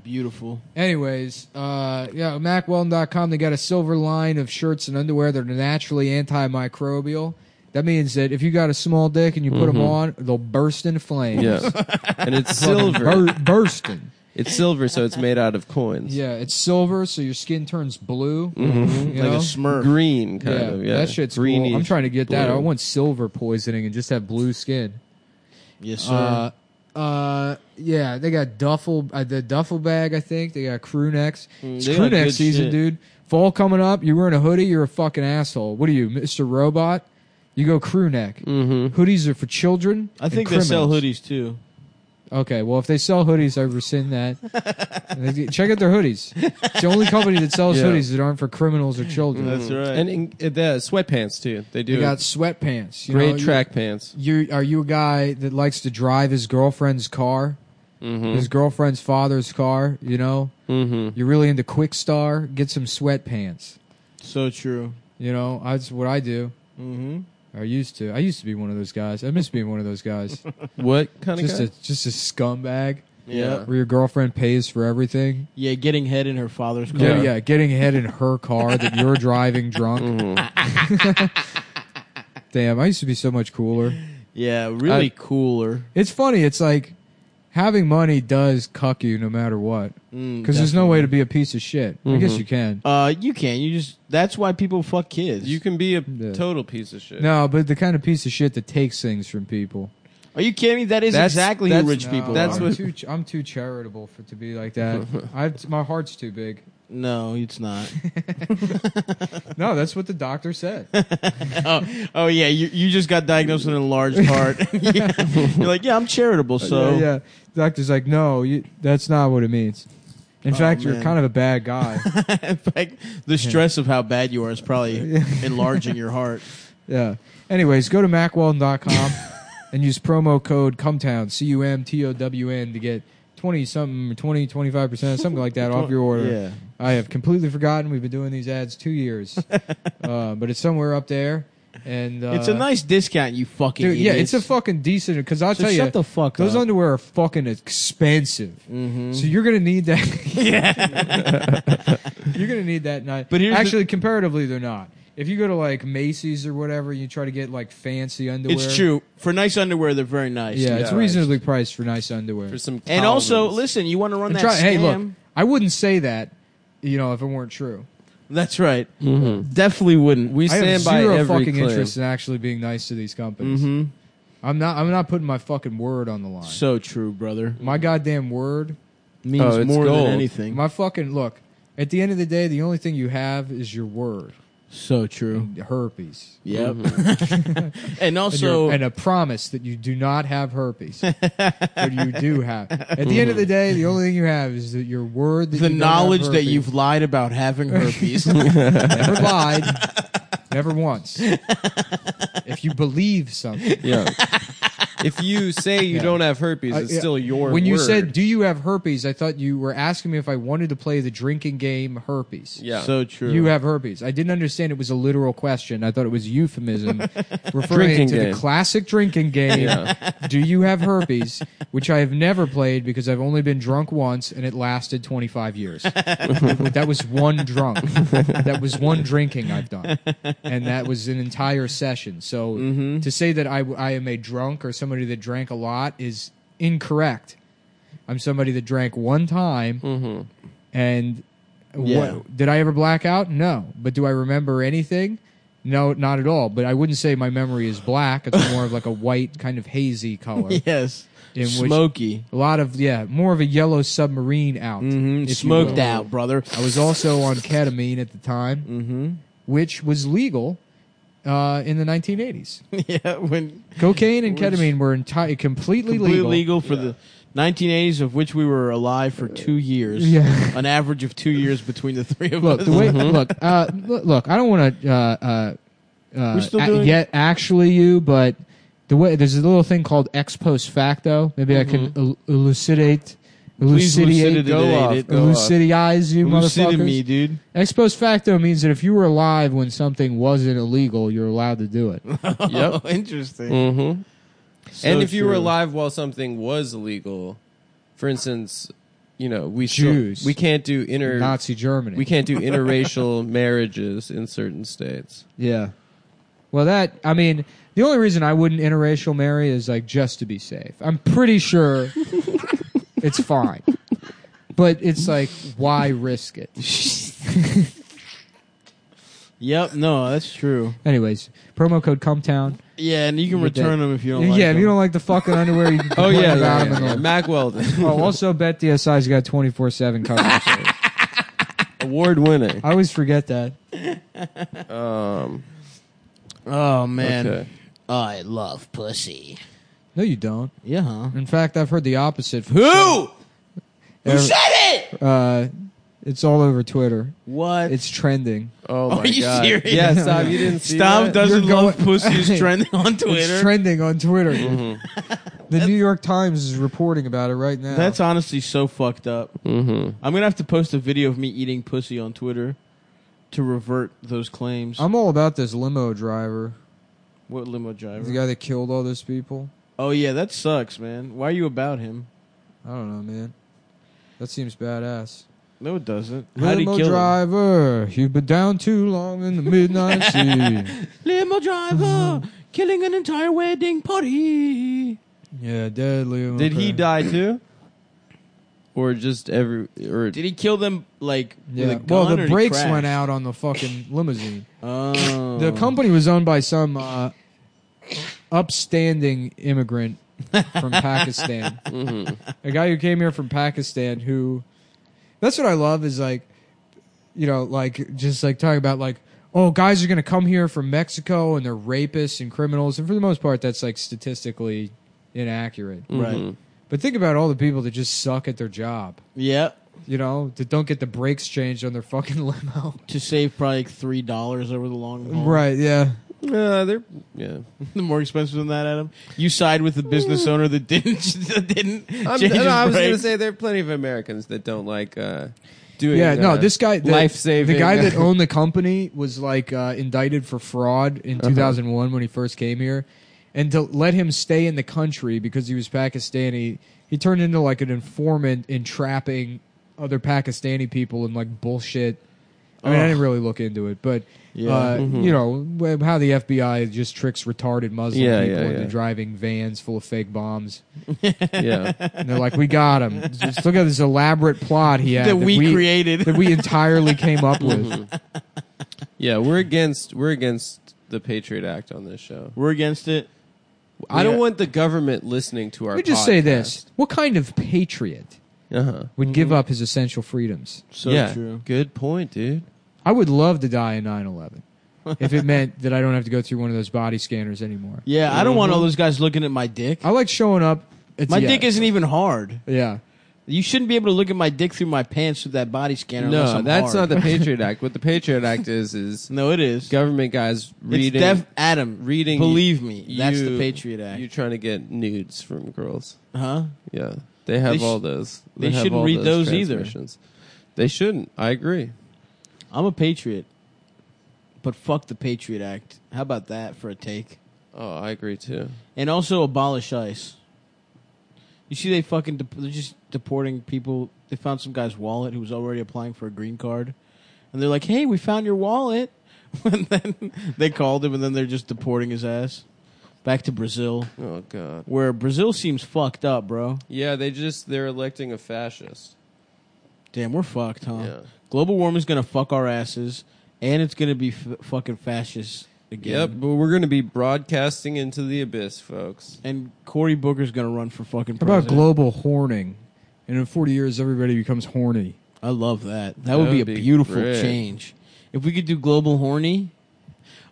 S5: Beautiful.
S4: Anyways, uh, yeah, MacWeldon.com, they got a silver line of shirts and underwear that are naturally antimicrobial. That means that if you got a small
S3: Mm-hmm.
S4: dick and you put them on, they'll burst into flames. [LAUGHS]
S2: Yeah. And it's silver.
S4: Bur- bursting.
S2: It's silver, so it's made out of coins.
S4: Yeah, it's silver, so your skin turns blue. you
S3: Mm-hmm. like
S4: know?
S3: a smurf.
S2: green kind
S4: yeah,
S2: of. Yeah,
S4: that shit's
S2: greeny.
S4: cool. I'm trying to get that. I
S2: blue.
S4: want silver poisoning and just have blue skin.
S3: Yes, sir.
S4: Uh, uh, yeah, they got duffel uh, the duffel bag. I think they got crew necks.
S2: Mm,
S4: It's
S2: they
S4: crew
S2: got
S4: neck
S2: good
S4: season,
S2: shit.
S4: dude. Fall coming up. You're wearing a hoodie. You're a fucking asshole. What are you, Mister Robot? You go crew neck. Mm-hmm. Hoodies are for children.
S3: I
S4: and
S3: think they sell
S4: criminals.
S3: hoodies too.
S4: Okay, well, if they sell hoodies, I rescind that.
S2: [LAUGHS]
S4: Check out their hoodies. It's the only company that sells
S2: Yeah.
S4: hoodies that aren't for criminals or children.
S3: That's right.
S2: And in, uh, the sweatpants too. They do
S4: They got sweatpants. You
S2: great
S4: know, you-
S2: track pants.
S4: You are you a guy that likes to drive his girlfriend's car? His girlfriend's father's car, you know. Mm-hmm. You're really into Quick Star. Get some sweatpants.
S3: so true.
S4: You know, that's what I do.
S3: Mm-hmm.
S4: I used to. I used to be one of those guys. I miss being one of those guys.
S2: What kind
S4: just
S2: of
S4: a just a scumbag
S3: Yeah.
S4: where your girlfriend pays for everything.
S3: Yeah, getting head in her father's car.
S4: Yeah, yeah, getting ahead in her car that you're driving drunk. Mm-hmm. [LAUGHS] Damn, I used to be so much cooler.
S3: Yeah, really
S4: I-
S3: cooler.
S4: It's funny. It's like having money does cuck you no matter what because there's no way to be a piece of shit. I guess you can.
S3: Uh, you can. You just. That's why people fuck kids.
S2: guy? You can be a
S4: [LAUGHS] Yeah.
S2: total piece of shit.
S4: No, but the kind of piece of shit that takes things from people.
S3: Are you kidding me? That is
S2: That's-
S3: exactly
S2: that's-
S3: who rich
S2: no,
S3: people
S2: that's
S3: are.
S4: I'm
S2: what-
S4: Too, ch- I'm too charitable for to be like that. I've, my heart's too big.
S3: No, it's not.
S4: No, that's what the doctor said.
S3: oh, oh yeah, you you just got diagnosed with an enlarged heart. [LAUGHS] You're like, yeah, I'm charitable, so
S4: yeah, yeah. doctor's like, no, you, that's not what it means. In fact, you're
S3: man.
S4: kind of a bad guy.
S3: [LAUGHS] in fact, the stress of how bad you are is probably enlarging your
S4: [LAUGHS]
S3: heart.
S4: Yeah. Anyways, go to macweldon.com [LAUGHS] and use promo code cumtown, C U M T O W N, to get 20 something, 20, 25%, something like
S3: [LAUGHS]
S4: that off your order.
S3: Yeah.
S4: I have completely forgotten we've been doing these ads two
S3: [LAUGHS]
S4: years, uh, but it's somewhere up there. And uh,
S3: it's a nice discount, you fucking
S4: Dude, yeah,
S3: idiots.
S4: it's a fucking decent because I'll
S3: So
S4: tell you,
S3: shut the fuck
S4: those
S3: up.
S4: underwear are fucking expensive. So you're gonna need that. [LAUGHS] you're gonna need that night.
S3: But here's the-
S4: actually, comparatively, they're not. If you go to like Macy's or whatever, you try to get like fancy underwear.
S3: It's true. For nice underwear, they're very nice.
S4: Yeah, it's
S2: Yeah.
S4: reasonably priced for nice underwear.
S2: For some
S3: And also,
S2: Calvins.
S3: listen, you want to run
S4: And
S3: that
S4: try-
S3: scam?
S4: hey, look, I wouldn't say that, you know, if it weren't true.
S3: That's right. Mm-hmm. Definitely wouldn't.
S2: we
S4: I have
S2: stand by
S4: zero
S2: every
S4: fucking
S2: claim.
S4: interest in actually being nice to these companies. I'm not. I'm not putting my fucking word on the line.
S3: So true, brother.
S4: my goddamn word
S3: Means
S2: Oh, it's
S3: more
S2: gold.
S3: than anything.
S4: My fucking look. At the end of the day, the only thing you have is your word,
S3: so true.
S4: herpes,
S3: Yep. [LAUGHS] and
S4: [LAUGHS] and,
S3: also,
S4: your- and a promise that you do not have herpes, but you do have. At the end of the day, the only thing you have is that your word. That
S3: the
S4: you don't have
S3: knowledge that
S4: herpes.
S3: you've lied about [LAUGHS] having herpes.
S4: [LAUGHS] never lied, never once. If you believe something,
S3: [LAUGHS]
S2: Yeah. if you say you
S4: Yeah.
S2: don't have herpes,
S4: I-
S2: it's
S4: yeah.
S2: still your
S4: when you
S2: word.
S4: said, "Do you have herpes?" I thought you were asking me if I wanted to play the drinking game herpes.
S2: yeah.
S3: So true.
S4: You have herpes. I didn't understand it was a literal question. I thought it was
S2: [LAUGHS]
S4: a euphemism referring
S2: Drinking
S4: to
S2: game.
S4: the classic drinking game.
S2: Yeah.
S4: Do you have herpes? Which I have never played because I've only been drunk once and it lasted
S2: [LAUGHS]
S4: 25 years. that was one drunk. That was one drinking I've done. And that was an entire session. So
S2: Mm-hmm.
S4: to say that I, I am a drunk or somebody that drank a lot is incorrect. I'm somebody that drank one time
S2: Mm-hmm.
S4: and
S3: Yeah.
S4: what did I ever black out? No. But do I remember anything? No, not at all. But I wouldn't say my memory is black. It's more of like a white kind of hazy color.
S3: yes.
S4: In which-
S3: Smoky.
S4: A lot of yeah, more of a yellow submarine out.
S3: Mm,
S4: if you
S3: Smoked
S4: will.
S3: out, brother. [LAUGHS]
S4: I was also on ketamine at the time, mm-hmm. which was legal uh, in the 1980s.
S3: yeah, when
S4: Cocaine and
S3: Which-
S4: ketamine were entirely completely,
S3: completely
S4: legal.
S3: legal, for the 1980s, of which we were alive for two years.
S4: yeah.
S3: an average of two years between the three of
S4: Look,
S3: us.
S4: the way look, uh, l- look. I don't want to uh, uh, uh,
S3: We're still
S4: a-
S3: doing-
S4: yet actually you, but the way there's a little thing called ex post facto. Maybe I can el- elucidate,
S3: Mm-hmm. Please
S4: elucidate,
S3: elucidate
S2: go
S3: Elucidate
S2: off.
S3: it,
S2: Go off.
S4: elucidize you,
S3: Lucid
S4: motherfuckers.
S3: me, dude.
S4: Ex post facto means that if you were alive when something wasn't illegal, you're allowed
S3: [LAUGHS]
S4: to do it.
S2: Yep.
S4: [LAUGHS]
S3: Oh, interesting.
S2: Mm-hmm.
S3: So
S2: and if you were
S3: true.
S2: alive while something was illegal, for instance, you know, we
S4: Jews.
S2: Still, we can't do inter
S4: Nazi Germany.
S2: we can't do interracial marriages in certain states.
S4: Yeah. Well, that I mean, the only reason I wouldn't interracial marry is like just to be safe. I'm pretty sure it's fine.
S6: But it's like, why risk it?
S3: Yep, no, that's true.
S4: Anyways, promo code Cumtown.
S3: Yeah, and you can
S4: You're dead.
S3: return them if you don't like
S4: yeah, if you
S3: them.
S4: don't like the fucking underwear, you can
S2: Oh
S4: complain
S2: yeah,
S4: about
S2: yeah,
S4: them.
S2: yeah, yeah.
S4: and
S2: Mac Weldon,
S4: all. Oh, also, bet DSI's got twenty four seven coverage.
S2: award winner.
S4: I always forget that.
S2: Um,
S3: Oh man,
S2: okay.
S7: I love pussy.
S4: No, you don't.
S3: yeah, huh?
S4: In fact, I've heard the opposite. Who
S3: Who? Who said it?
S4: Uh, it's all over Twitter.
S3: What?
S4: It's trending.
S2: [LAUGHS] Oh my
S3: Are you
S2: god!
S3: serious?
S2: Yeah, stop. You didn't see
S3: Stav
S2: that?
S3: doesn't
S4: You're
S3: love
S4: going-
S3: pussy is trending on Twitter.
S4: It's trending on Twitter. [LAUGHS] the New York Times is reporting about it right now.
S3: That's honestly so fucked up.
S2: Hmm.
S3: Mm-hmm. I'm gonna have to post a video of me eating pussy on Twitter to revert those claims.
S4: I'm all about this limo driver,
S3: what limo driver?
S4: the guy that killed all those people.
S3: oh yeah, that sucks, man. Why are you about him?
S4: I don't know, man. That seems badass.
S3: No, it doesn't. How'd he
S4: Limo
S3: kill him?
S4: driver, you've been down too long in
S3: [LAUGHS]
S4: the midnight sea.
S3: Limo
S4: [LAUGHS]
S3: driver killing an entire wedding party.
S4: Yeah, deadly.
S2: Did he
S4: okay.
S2: die too? Or just every? Or
S3: Did he kill them like
S4: Yeah.
S3: with a gun
S4: well,
S3: or
S4: the
S3: he
S4: brakes
S3: crashed?
S4: went out on the fucking limousine.
S3: Oh.
S4: The company was owned by some uh, upstanding immigrant from Pakistan. A guy who came here from Pakistan who that's what I love is like you know, like just like talking about like oh guys are gonna come here from Mexico and they're rapists and criminals and for the most part that's like statistically inaccurate.
S3: right.
S2: Mm-hmm.
S4: But think about all the people that just suck at their job.
S3: Yep.
S4: You know, that don't get the brakes changed on their fucking [LAUGHS] limo.
S3: To save probably like three dollars over the long haul.
S4: Right, yeah.
S2: Uh, they're yeah.
S3: The more expensive than that, Adam. You side with the business owner that didn't [LAUGHS] that didn't
S2: Mm. I'm,
S3: change
S2: no,
S3: his
S2: I was going to
S3: brakes.
S2: say there are plenty of Americans that don't like uh, doing.
S4: Yeah,
S2: uh,
S4: no, this guy, the,
S2: life-saving-
S4: the guy
S2: [LAUGHS]
S4: that owned the company was like uh, indicted for fraud in
S2: Uh-huh.
S4: 2001 when he first came here, and to let him stay in the country because he was Pakistani, he turned into like an informant entrapping other Pakistani people and like bullshit. I mean, I didn't really look into it, but uh,
S2: mm-hmm.
S4: you know wh- how the FBI just tricks retarded Muslim
S2: Yeah,
S4: people
S2: yeah,
S4: into
S2: yeah.
S4: driving vans full of fake bombs.
S2: yeah.
S4: And they're like, "We
S2: [LAUGHS]
S4: got him. Just look at this elaborate plot he had
S3: that we, created.
S4: that we entirely came up with.
S2: Yeah, we're against we're against the Patriot Act on this show.
S3: [LAUGHS] We're against it.
S2: I don't
S3: Yeah.
S2: want the government listening to our.
S4: Let me just say this: What kind of patriot
S2: Uh huh.
S4: would give
S3: Mm-hmm.
S4: up his essential freedoms?
S3: So
S2: yeah.
S3: true.
S2: Good point, dude.
S4: I would love to die in 9/11 if it meant that I don't have to go through one of those body scanners anymore.
S3: Yeah, I don't want all those guys looking at my dick.
S4: I like showing up. At
S3: My
S4: the
S3: dick
S4: end.
S3: isn't even hard.
S4: yeah.
S3: You shouldn't be able to look at my dick through my pants through that body scanner. unless
S2: No,
S3: I'm
S2: that's
S3: hard.
S2: not
S3: [LAUGHS]
S2: the Patriot Act. What the Patriot Act is is
S3: No, it is.
S2: government guys reading
S3: it's def- Adam.
S2: reading.
S3: Believe me, that's the
S2: you-
S3: Patriot Act.
S2: You trying to get nudes from girls?
S3: huh?
S2: Yeah, they have
S3: sh-
S2: all those.
S3: they
S2: have
S3: shouldn't
S2: all
S3: read those either.
S2: transmissions. They shouldn't. I agree.
S3: I'm a patriot, but fuck the Patriot Act. How about that for a take?
S2: Oh, I agree too.
S3: And also abolish ICE. You see, they fucking dep they're just deporting people. They found some guy's wallet who was already applying for a green card, and they're like, "Hey, we found your wallet." [LAUGHS] and then they called him, and then they're just deporting his ass back to Brazil,
S2: Oh God.
S3: where Brazil seems fucked up, bro.
S2: Yeah, they just they're electing a fascist.
S3: Damn, we're fucked, huh?
S2: Yeah.
S3: Global warming's gonna fuck our asses, and it's gonna be f- fucking fascist again.
S2: Yep, but we're going to be broadcasting into the abyss, folks.
S3: And Cory Booker's gonna run for fucking
S4: How
S3: president.
S4: about global horning? And in 40 years, everybody becomes horny.
S3: I love that. That, would be a
S2: That'd be
S3: beautiful
S2: great.
S3: change. If we could do global horny,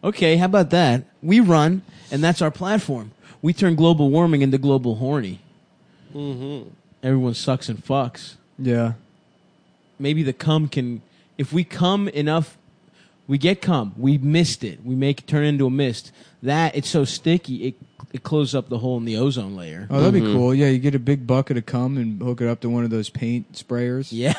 S3: okay. How about that? We run, and that's our platform. We turn global warming into global horny. Mm-hmm. Everyone sucks and fucks.
S4: Yeah.
S3: Maybe the cum can. If we cum enough, we get cum. We missed it. We make it turn into a mist. That it's so sticky. It it closes up the hole in the ozone layer.
S4: Oh, that'd be cool. Yeah, you get a big bucket of cum and hook it up to one of those paint sprayers.
S3: Yeah.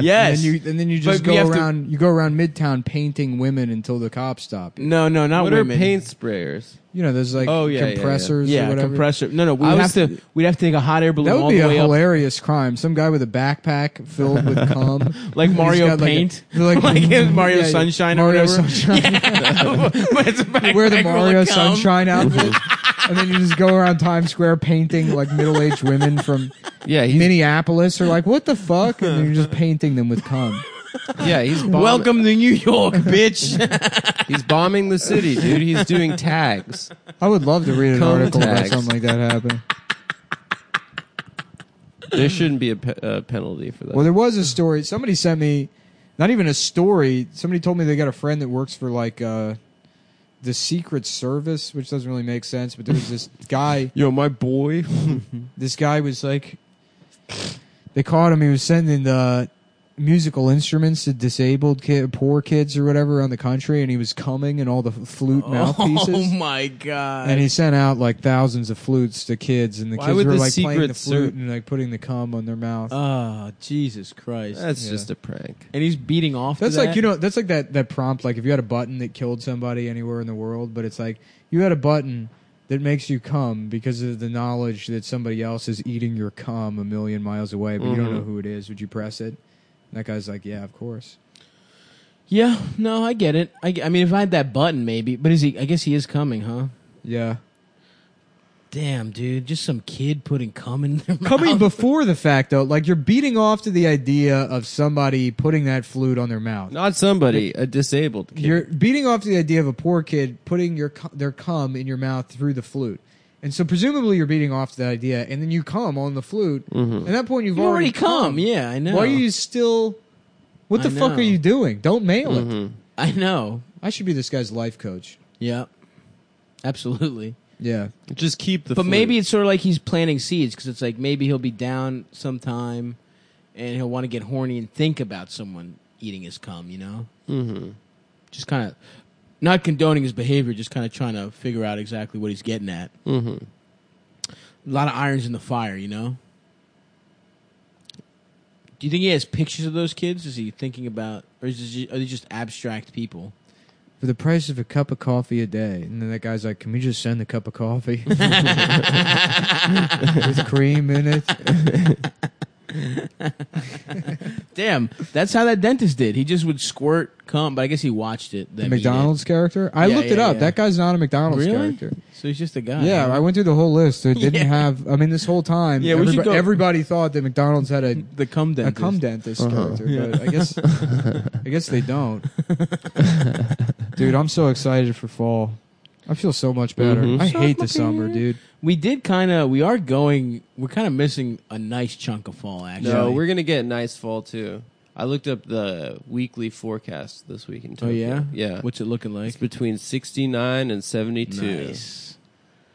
S3: yes.
S4: And then you, and then you just
S3: But we
S4: go
S3: have to-
S4: around. you go around Midtown painting women until the cops stop you.
S3: no, no, not
S2: what
S3: women.
S2: are paint sprayers?
S4: You know, there's like
S2: Oh, yeah, yeah, yeah.
S4: compressors or
S3: Yeah,
S4: whatever.
S3: compressor. No, no, we
S4: I
S3: would have
S4: was-
S3: to. We'd have to take a hot air balloon
S4: That would
S3: all
S4: be
S3: the
S4: a
S3: way up,
S4: hilarious crime. Some guy with a backpack
S3: [LAUGHS]
S4: filled with cum,
S3: like
S4: He's
S3: Mario
S4: got, like, a-
S3: Paint,
S4: [LAUGHS] like,
S3: like, [LAUGHS] Mario
S4: yeah, yeah.
S3: Sunshine or
S4: Mario
S3: whatever.
S4: Sunshine.
S3: [LAUGHS] It's a backpack
S4: [LAUGHS] wear the
S3: full of cum.
S4: Mario
S3: [LAUGHS]
S4: Sunshine outfit, and then you just go around Times Square painting like middle-aged
S3: [LAUGHS]
S4: women from
S2: Yeah, he's
S4: Minneapolis. Are like, what the fuck? And you're just painting them with cum.
S2: yeah he's bombing,
S3: Welcome to New
S4: [LAUGHS]
S3: York, bitch.
S2: He's bombing the city, dude. He's doing tags.
S4: I would love to read an
S2: Cum
S4: article about
S2: tags.
S4: something like that happen.
S2: There shouldn't be a pe- uh, penalty for that.
S4: Well, there was a story. Somebody sent me, not even a story. Somebody told me they got a friend that works for like uh, the Secret Service, which doesn't really make sense. But there was
S2: [LAUGHS]
S4: this guy.
S2: Yo, my boy.
S4: this guy was like they caught him he was sending the musical instruments to disabled kid, poor kids or whatever around the country and he was coming in all the flute
S3: [LAUGHS]
S2: [LAUGHS]
S3: Oh
S4: mouthpieces
S3: my god!
S4: and he sent out like thousands of flutes to kids and the
S2: Why
S4: kids
S2: would
S4: were
S2: the
S4: like playing
S2: Secret
S4: the flute
S2: Ser-
S4: and like putting the cum on their mouth
S3: Oh Jesus Christ!
S2: That's
S4: Yeah.
S2: just a prank.
S3: and he's beating off. to
S4: that's like
S3: that?
S4: you know that's like that that prompt like if you had a button that killed somebody anywhere in the world but it's like you had a button that makes you cum because of the knowledge that somebody else is eating your cum a million miles away but you don't know who it is would you press it and that guy's like yeah of course
S3: Yeah, no, I get it. I, ge- I mean, if I had that button, maybe. But is he? I guess he is coming, huh?
S4: yeah
S3: Damn, dude, just some kid putting cum in their
S4: [LAUGHS] coming
S3: mouth.
S4: before the fact though like you're beating off to the idea of somebody putting that flute on their mouth
S2: Not somebody, a disabled kid.
S4: You're beating off to the idea of a poor kid putting your cu- their cum in your mouth through the flute. And so presumably you're beating off to that idea, and then you cum on the flute. At that point, you've
S3: Mm-hmm. You already cum.
S4: Yeah.
S3: Yeah, I know.
S4: Why are you still? What
S3: I
S4: the fuck
S3: know. Mm-hmm.
S4: are you doing? Don't mail it.
S3: I know.
S4: I should be this guy's life coach.
S3: Yeah, absolutely.
S4: Yeah,
S2: Just keep the.
S3: But
S2: flute.
S3: maybe it's sort of like he's planting seeds because it's like maybe he'll be down sometime, and he'll want to get horny and think about someone eating his cum. You know, mm-hmm. just kind of not condoning his behavior, just kind of trying to figure out exactly what he's getting at. Mm-hmm. A lot of irons in the fire, you know. Do you think he has pictures of those kids? Is he thinking about, or is this, ju- are they just abstract [LAUGHS] people?
S4: for the price of a cup of coffee a day, and then that guy's like, "Can we just send a cup
S3: [LAUGHS]
S4: of coffee with cream in it?"
S3: Damn, that's how that dentist did. He just would squirt cum, but I guess he watched it.
S4: The
S3: that meeting.
S4: McDonald's character. I
S3: Yeah,
S4: looked
S3: yeah,
S4: it up.
S3: yeah.
S4: That guy's not a McDonald's
S3: Really?
S4: character.
S3: So he's just a guy.
S4: Yeah,
S3: huh?
S4: I went through the whole list. It didn't
S3: Uh-huh. Yeah.
S4: have. I mean, this whole time,
S3: Yeah, we should
S4: everybody,
S3: go-
S4: everybody thought that McDonald's had a
S3: the cum
S4: a
S3: dentist.
S4: cum dentist character, but I guess I guess they don't. dude, I'm so excited for fall. I feel so much better.
S2: Mhm.
S4: I hate the summer, dude.
S3: we did kind of. We are going. We're kind of missing a nice chunk of fall. Actually,
S2: No, we're gonna get a nice fall too. I looked up the weekly forecast this week in
S3: Oh
S2: Tokyo.
S3: yeah,
S2: yeah.
S3: What's it looking like?
S2: it's between sixty nine and seventy two.
S3: Nice.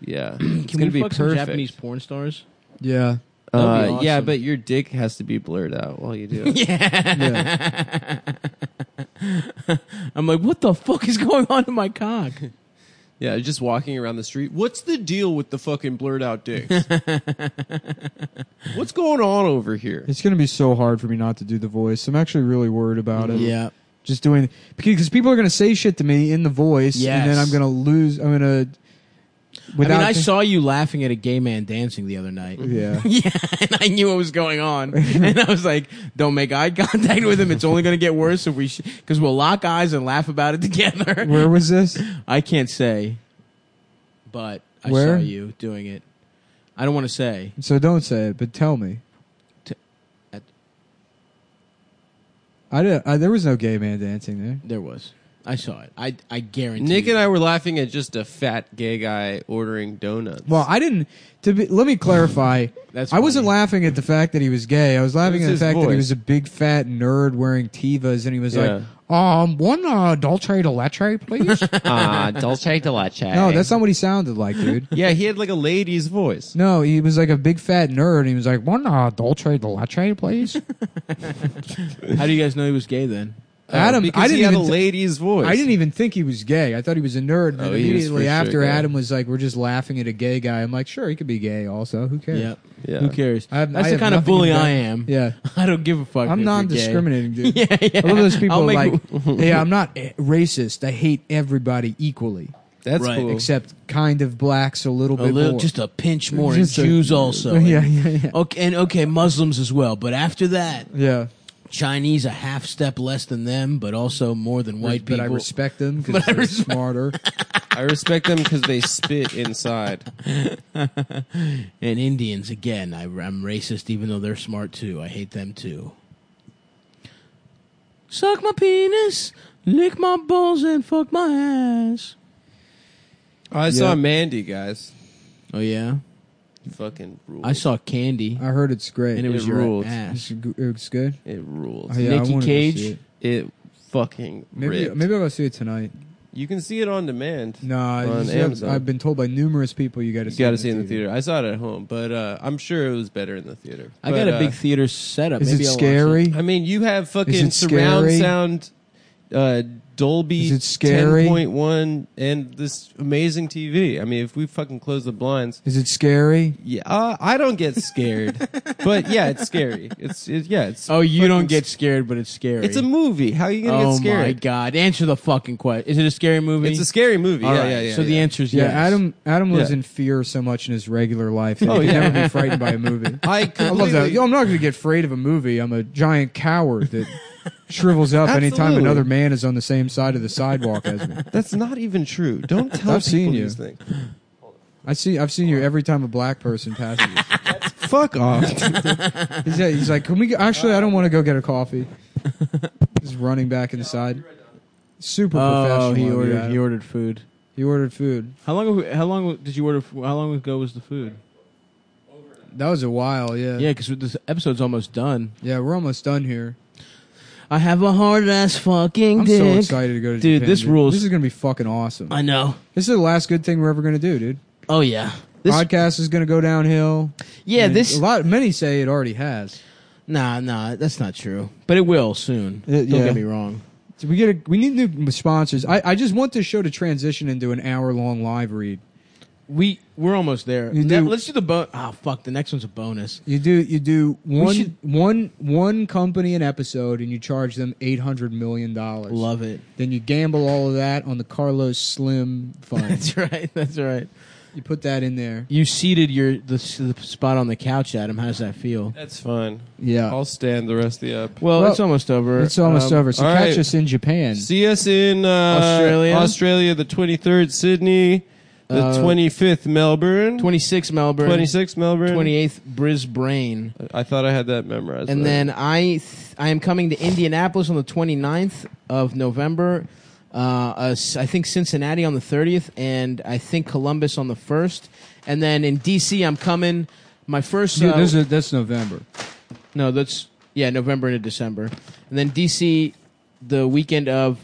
S2: Yeah, it's
S3: Can
S2: gonna
S3: we
S2: be
S3: fuck
S2: perfect.
S3: some Japanese
S2: [LAUGHS]
S3: porn stars?
S4: Yeah,
S2: Uh,
S3: That'd be
S2: Yeah,
S3: awesome.
S2: but your dick has to be blurred out while you do
S4: [LAUGHS]
S2: it.
S3: Yeah. [LAUGHS] I'm like, what the fuck is going on in my cock?
S2: Yeah, just walking around the street. What's the deal with the fucking blurred out
S4: [LAUGHS]
S2: dicks? What's going on over here?
S4: it's gonna be so hard for me not to do the voice. I'm actually really worried about it.
S3: Yeah.
S4: just doing because people are gonna say shit to me in the voice, and then
S3: Yes.
S4: I'm gonna lose. I'm gonna.
S3: I mean,
S4: Without
S3: I saw you laughing at a gay man dancing the other night.
S4: Yeah.
S3: [LAUGHS] Yeah, and I knew what was going on, and I was like, "Don't make eye contact with him. It's only going to get worse if we, because we'll lock eyes and laugh about it [LAUGHS] together."
S4: Where
S3: [LAUGHS]
S4: was this?
S3: I can't say, but I
S4: Where?
S3: saw you doing it. I don't want to say.
S4: So don't say it, but tell me.
S3: T- at-
S4: I did. I, there was no gay man dancing there.
S3: There was. I saw it. I I guarantee.
S2: Nick
S3: you.
S2: and I were laughing at just a fat gay guy ordering donuts. [LAUGHS]
S4: Well, I didn't. To be, let me clarify.
S3: That's
S4: I wasn't
S3: funny.
S4: laughing at the fact that he was gay. I was laughing
S2: It
S4: at the
S2: was his
S4: fact that he
S2: voice.
S4: was a big fat nerd wearing tivas, and he was
S2: Yeah.
S4: like, "Um, one uh, dulce de leche,
S2: [LAUGHS]
S4: please."
S2: Ah, Dolce de
S4: [LAUGHS]
S2: Leche.
S4: no, that's not what he sounded like, dude.
S2: Yeah, he had like a lady's voice.
S4: No, he was like a big fat nerd. And he was like, "One uh, dulce de leche,
S2: [LAUGHS] Uh,
S4: please."
S3: How do you guys know he was gay then?
S4: Adam,
S2: because
S4: I
S2: he
S4: didn't
S2: had
S4: even
S2: a
S4: th-
S2: lady's voice.
S4: I didn't even think he was gay. I thought he was a nerd. And
S2: Oh,
S4: then
S2: he was
S4: immediately
S2: for sure
S4: after
S2: gay.
S4: Adam was like, "We're just laughing at a gay guy," I'm like, "Sure, he could be gay. Also, who cares?"
S3: Yep.
S2: Yeah.
S3: Who cares?
S4: I have-
S3: That's
S4: I
S3: the
S4: have
S3: kind of
S4: nothing
S3: bully
S4: to-
S3: I am.
S4: Yeah.
S3: [LAUGHS] I don't give a fuck. if
S4: I'm
S3: you're gay.
S4: non-discriminating,
S3: [LAUGHS]
S4: dude.
S3: Yeah, yeah.
S4: I love those people
S3: [LAUGHS] I'll
S4: who are
S3: make-
S4: like, yeah, I'm not eh, racist. I hate everybody equally.
S2: That's
S3: Right.
S2: cool.
S4: except kind of blacks a little
S3: a
S4: bit
S3: little,
S4: more.
S3: just a pinch more,
S4: Just a-
S3: and Jews also.
S4: Yeah,
S3: and-
S4: yeah, yeah.
S3: Okay, and okay, Muslims as well. But after that,
S4: yeah,
S3: Chinese a half step less than them, but also more than white
S4: but I
S3: people.
S4: respect them
S3: [LAUGHS] But
S4: because
S3: I
S4: they're
S3: respect- [LAUGHS]
S4: smarter.
S2: I respect them because they spit inside.
S3: and Indians again. I, I'm racist, even though they're smart too. I hate them too. Suck my penis, lick my balls, and fuck my ass.
S2: Oh, I saw Mandy, guys.
S3: Oh yeah,
S2: Fucking ruled.
S3: I saw Candy,
S4: I heard it's great.
S3: and it was
S2: It
S3: your
S2: ruled.
S4: It's
S3: ass.
S4: g- it's good.
S2: it ruled.
S4: Oh, yeah, I
S3: Nicky
S4: wanted to
S3: Cage?
S4: see it.
S2: It fucking
S4: Maybe
S2: ripped.
S4: maybe I'll go see it tonight.
S2: You can see it on demand.
S4: No, I
S2: on
S4: just- I've-
S2: Amazon.
S4: I've been told by numerous people you got to
S2: you got to see it in the theater. I saw it at home, but uh, I'm sure it was better in the theater.
S3: I got
S2: But,
S3: a big
S2: uh,
S3: theater setup.
S4: Is
S3: Maybe
S4: it
S3: I'll watch
S4: scary?
S2: I mean, you have fucking
S4: it
S2: surround
S4: scary?
S2: sound, uh, Dolby
S4: Is it scary?
S2: 10.1, and this amazing TV. I mean, if we fucking close the blinds,
S4: Is it scary?
S2: yeah, uh, I don't get
S3: [LAUGHS]
S2: scared, but yeah, it's scary. It's it, yeah, it's
S3: Oh, you
S2: fucking
S3: don't get scared, but it's scary.
S2: It's a movie. How are you gonna
S3: oh
S2: get scared?
S3: my god! Answer the fucking question. Is it a scary movie?
S2: It's a scary movie.
S3: All
S2: yeah,
S3: right,
S2: yeah, yeah.
S3: So the
S2: yeah.
S3: answer is
S4: Yeah,
S3: yes.
S4: Adam Adam lives
S2: Yeah.
S4: in fear so much in his regular life that
S2: Oh,
S4: he
S2: yeah.
S4: can never be frightened by a movie.
S2: [LAUGHS]
S3: [LAUGHS]
S2: I
S4: I
S2: completely.
S4: love that. Yo, I'm not going to get afraid of a movie. I'm a giant
S2: [LAUGHS]
S4: coward that shrivels up anytime
S2: Absolutely.
S4: another man is on the same side of the sidewalk as me.
S2: That's not even true.
S3: [LAUGHS]
S2: Don't tell people
S4: I've seen you.
S2: these things.
S4: I see. I've seen you every time a black person passes.
S2: Fuck off.
S3: [LAUGHS]
S4: He's, like- he's like, "Can we? go- Actually, I don't want to go get a coffee." He's running back inside. Super professional.
S3: Oh, he
S4: of you,
S3: ordered.
S4: Adam.
S3: He ordered food.
S4: He ordered food.
S3: How long? How long did you order? How long ago was the food?
S4: That was a while. Yeah.
S3: Yeah, because this episode's almost done.
S4: Yeah, We're almost done here.
S3: I have a hard ass fucking
S4: I'm
S3: dick.
S4: so excited to go to
S3: Dude,
S4: Japan,
S3: this rules.
S4: This is gonna be fucking awesome.
S3: I know.
S4: This is the last good thing we're ever gonna do, dude.
S3: Oh yeah. This,
S4: Podcast is gonna go downhill.
S3: yeah. This.
S4: a lot. Many say it already has.
S3: Nah, nah. That's not true. But it will soon.
S4: It-
S3: Don't
S4: yeah.
S3: get me wrong.
S4: So we get a, we need new sponsors. I, I just want this show to transition into an hour long live read.
S3: We we're almost there.
S4: You
S3: Now,
S4: do-
S3: let's do the bon. Oh fuck. The next one's a bonus.
S4: You do you do one
S3: should-
S4: one- one company an episode and you charge them eight hundred million dollars.
S3: Love it. [LAUGHS]
S4: Then you gamble all of that on the Carlos Slim
S3: [LAUGHS]
S4: fund.
S3: That's right. That's right.
S4: you put that in there.
S3: You seated your the, s- the spot on the couch, Adam. How does that feel?
S2: That's fine.
S4: Yeah.
S3: Uh,
S2: I'll stand the uh, rest of the up.
S3: Well,
S4: Well,
S3: it's almost over.
S4: it's almost
S3: Um,
S4: over. So
S2: all
S4: catch
S2: right.
S4: us in Japan.
S2: See us in uh,
S3: Australia?
S2: Australia the 23rd, Sydney. The
S3: Uh,
S2: 25th, Melbourne.
S3: 26 Melbourne.
S2: 26th, Melbourne.
S3: 28th Brisbane.
S2: I thought I had that memorized.
S3: And
S2: but-
S3: then I th- I am coming to Indianapolis on the 29th of November. Uh, uh, s- I think Cincinnati on the 30th, and I think Columbus on the 1st. And then in DC, I'm coming. My first.
S4: Dude,
S3: uh,
S4: this is- that's November.
S3: no, that's yeah, November into December, and then DC, the weekend of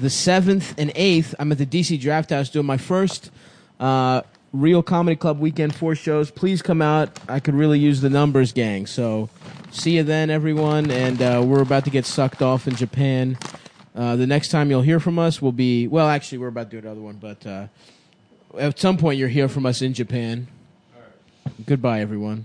S3: the seventh and eighth. I'm at the DC Draft House doing my first uh, real comedy club weekend, four shows. Please come out. I could really use the numbers, gang. So, see you then, everyone. And uh, we're about to get sucked off in Japan. Uh, the next time you'll hear from us will be well, actually, we're about to do another one, but uh, at some point you'll hear from us in Japan. Goodbye, everyone.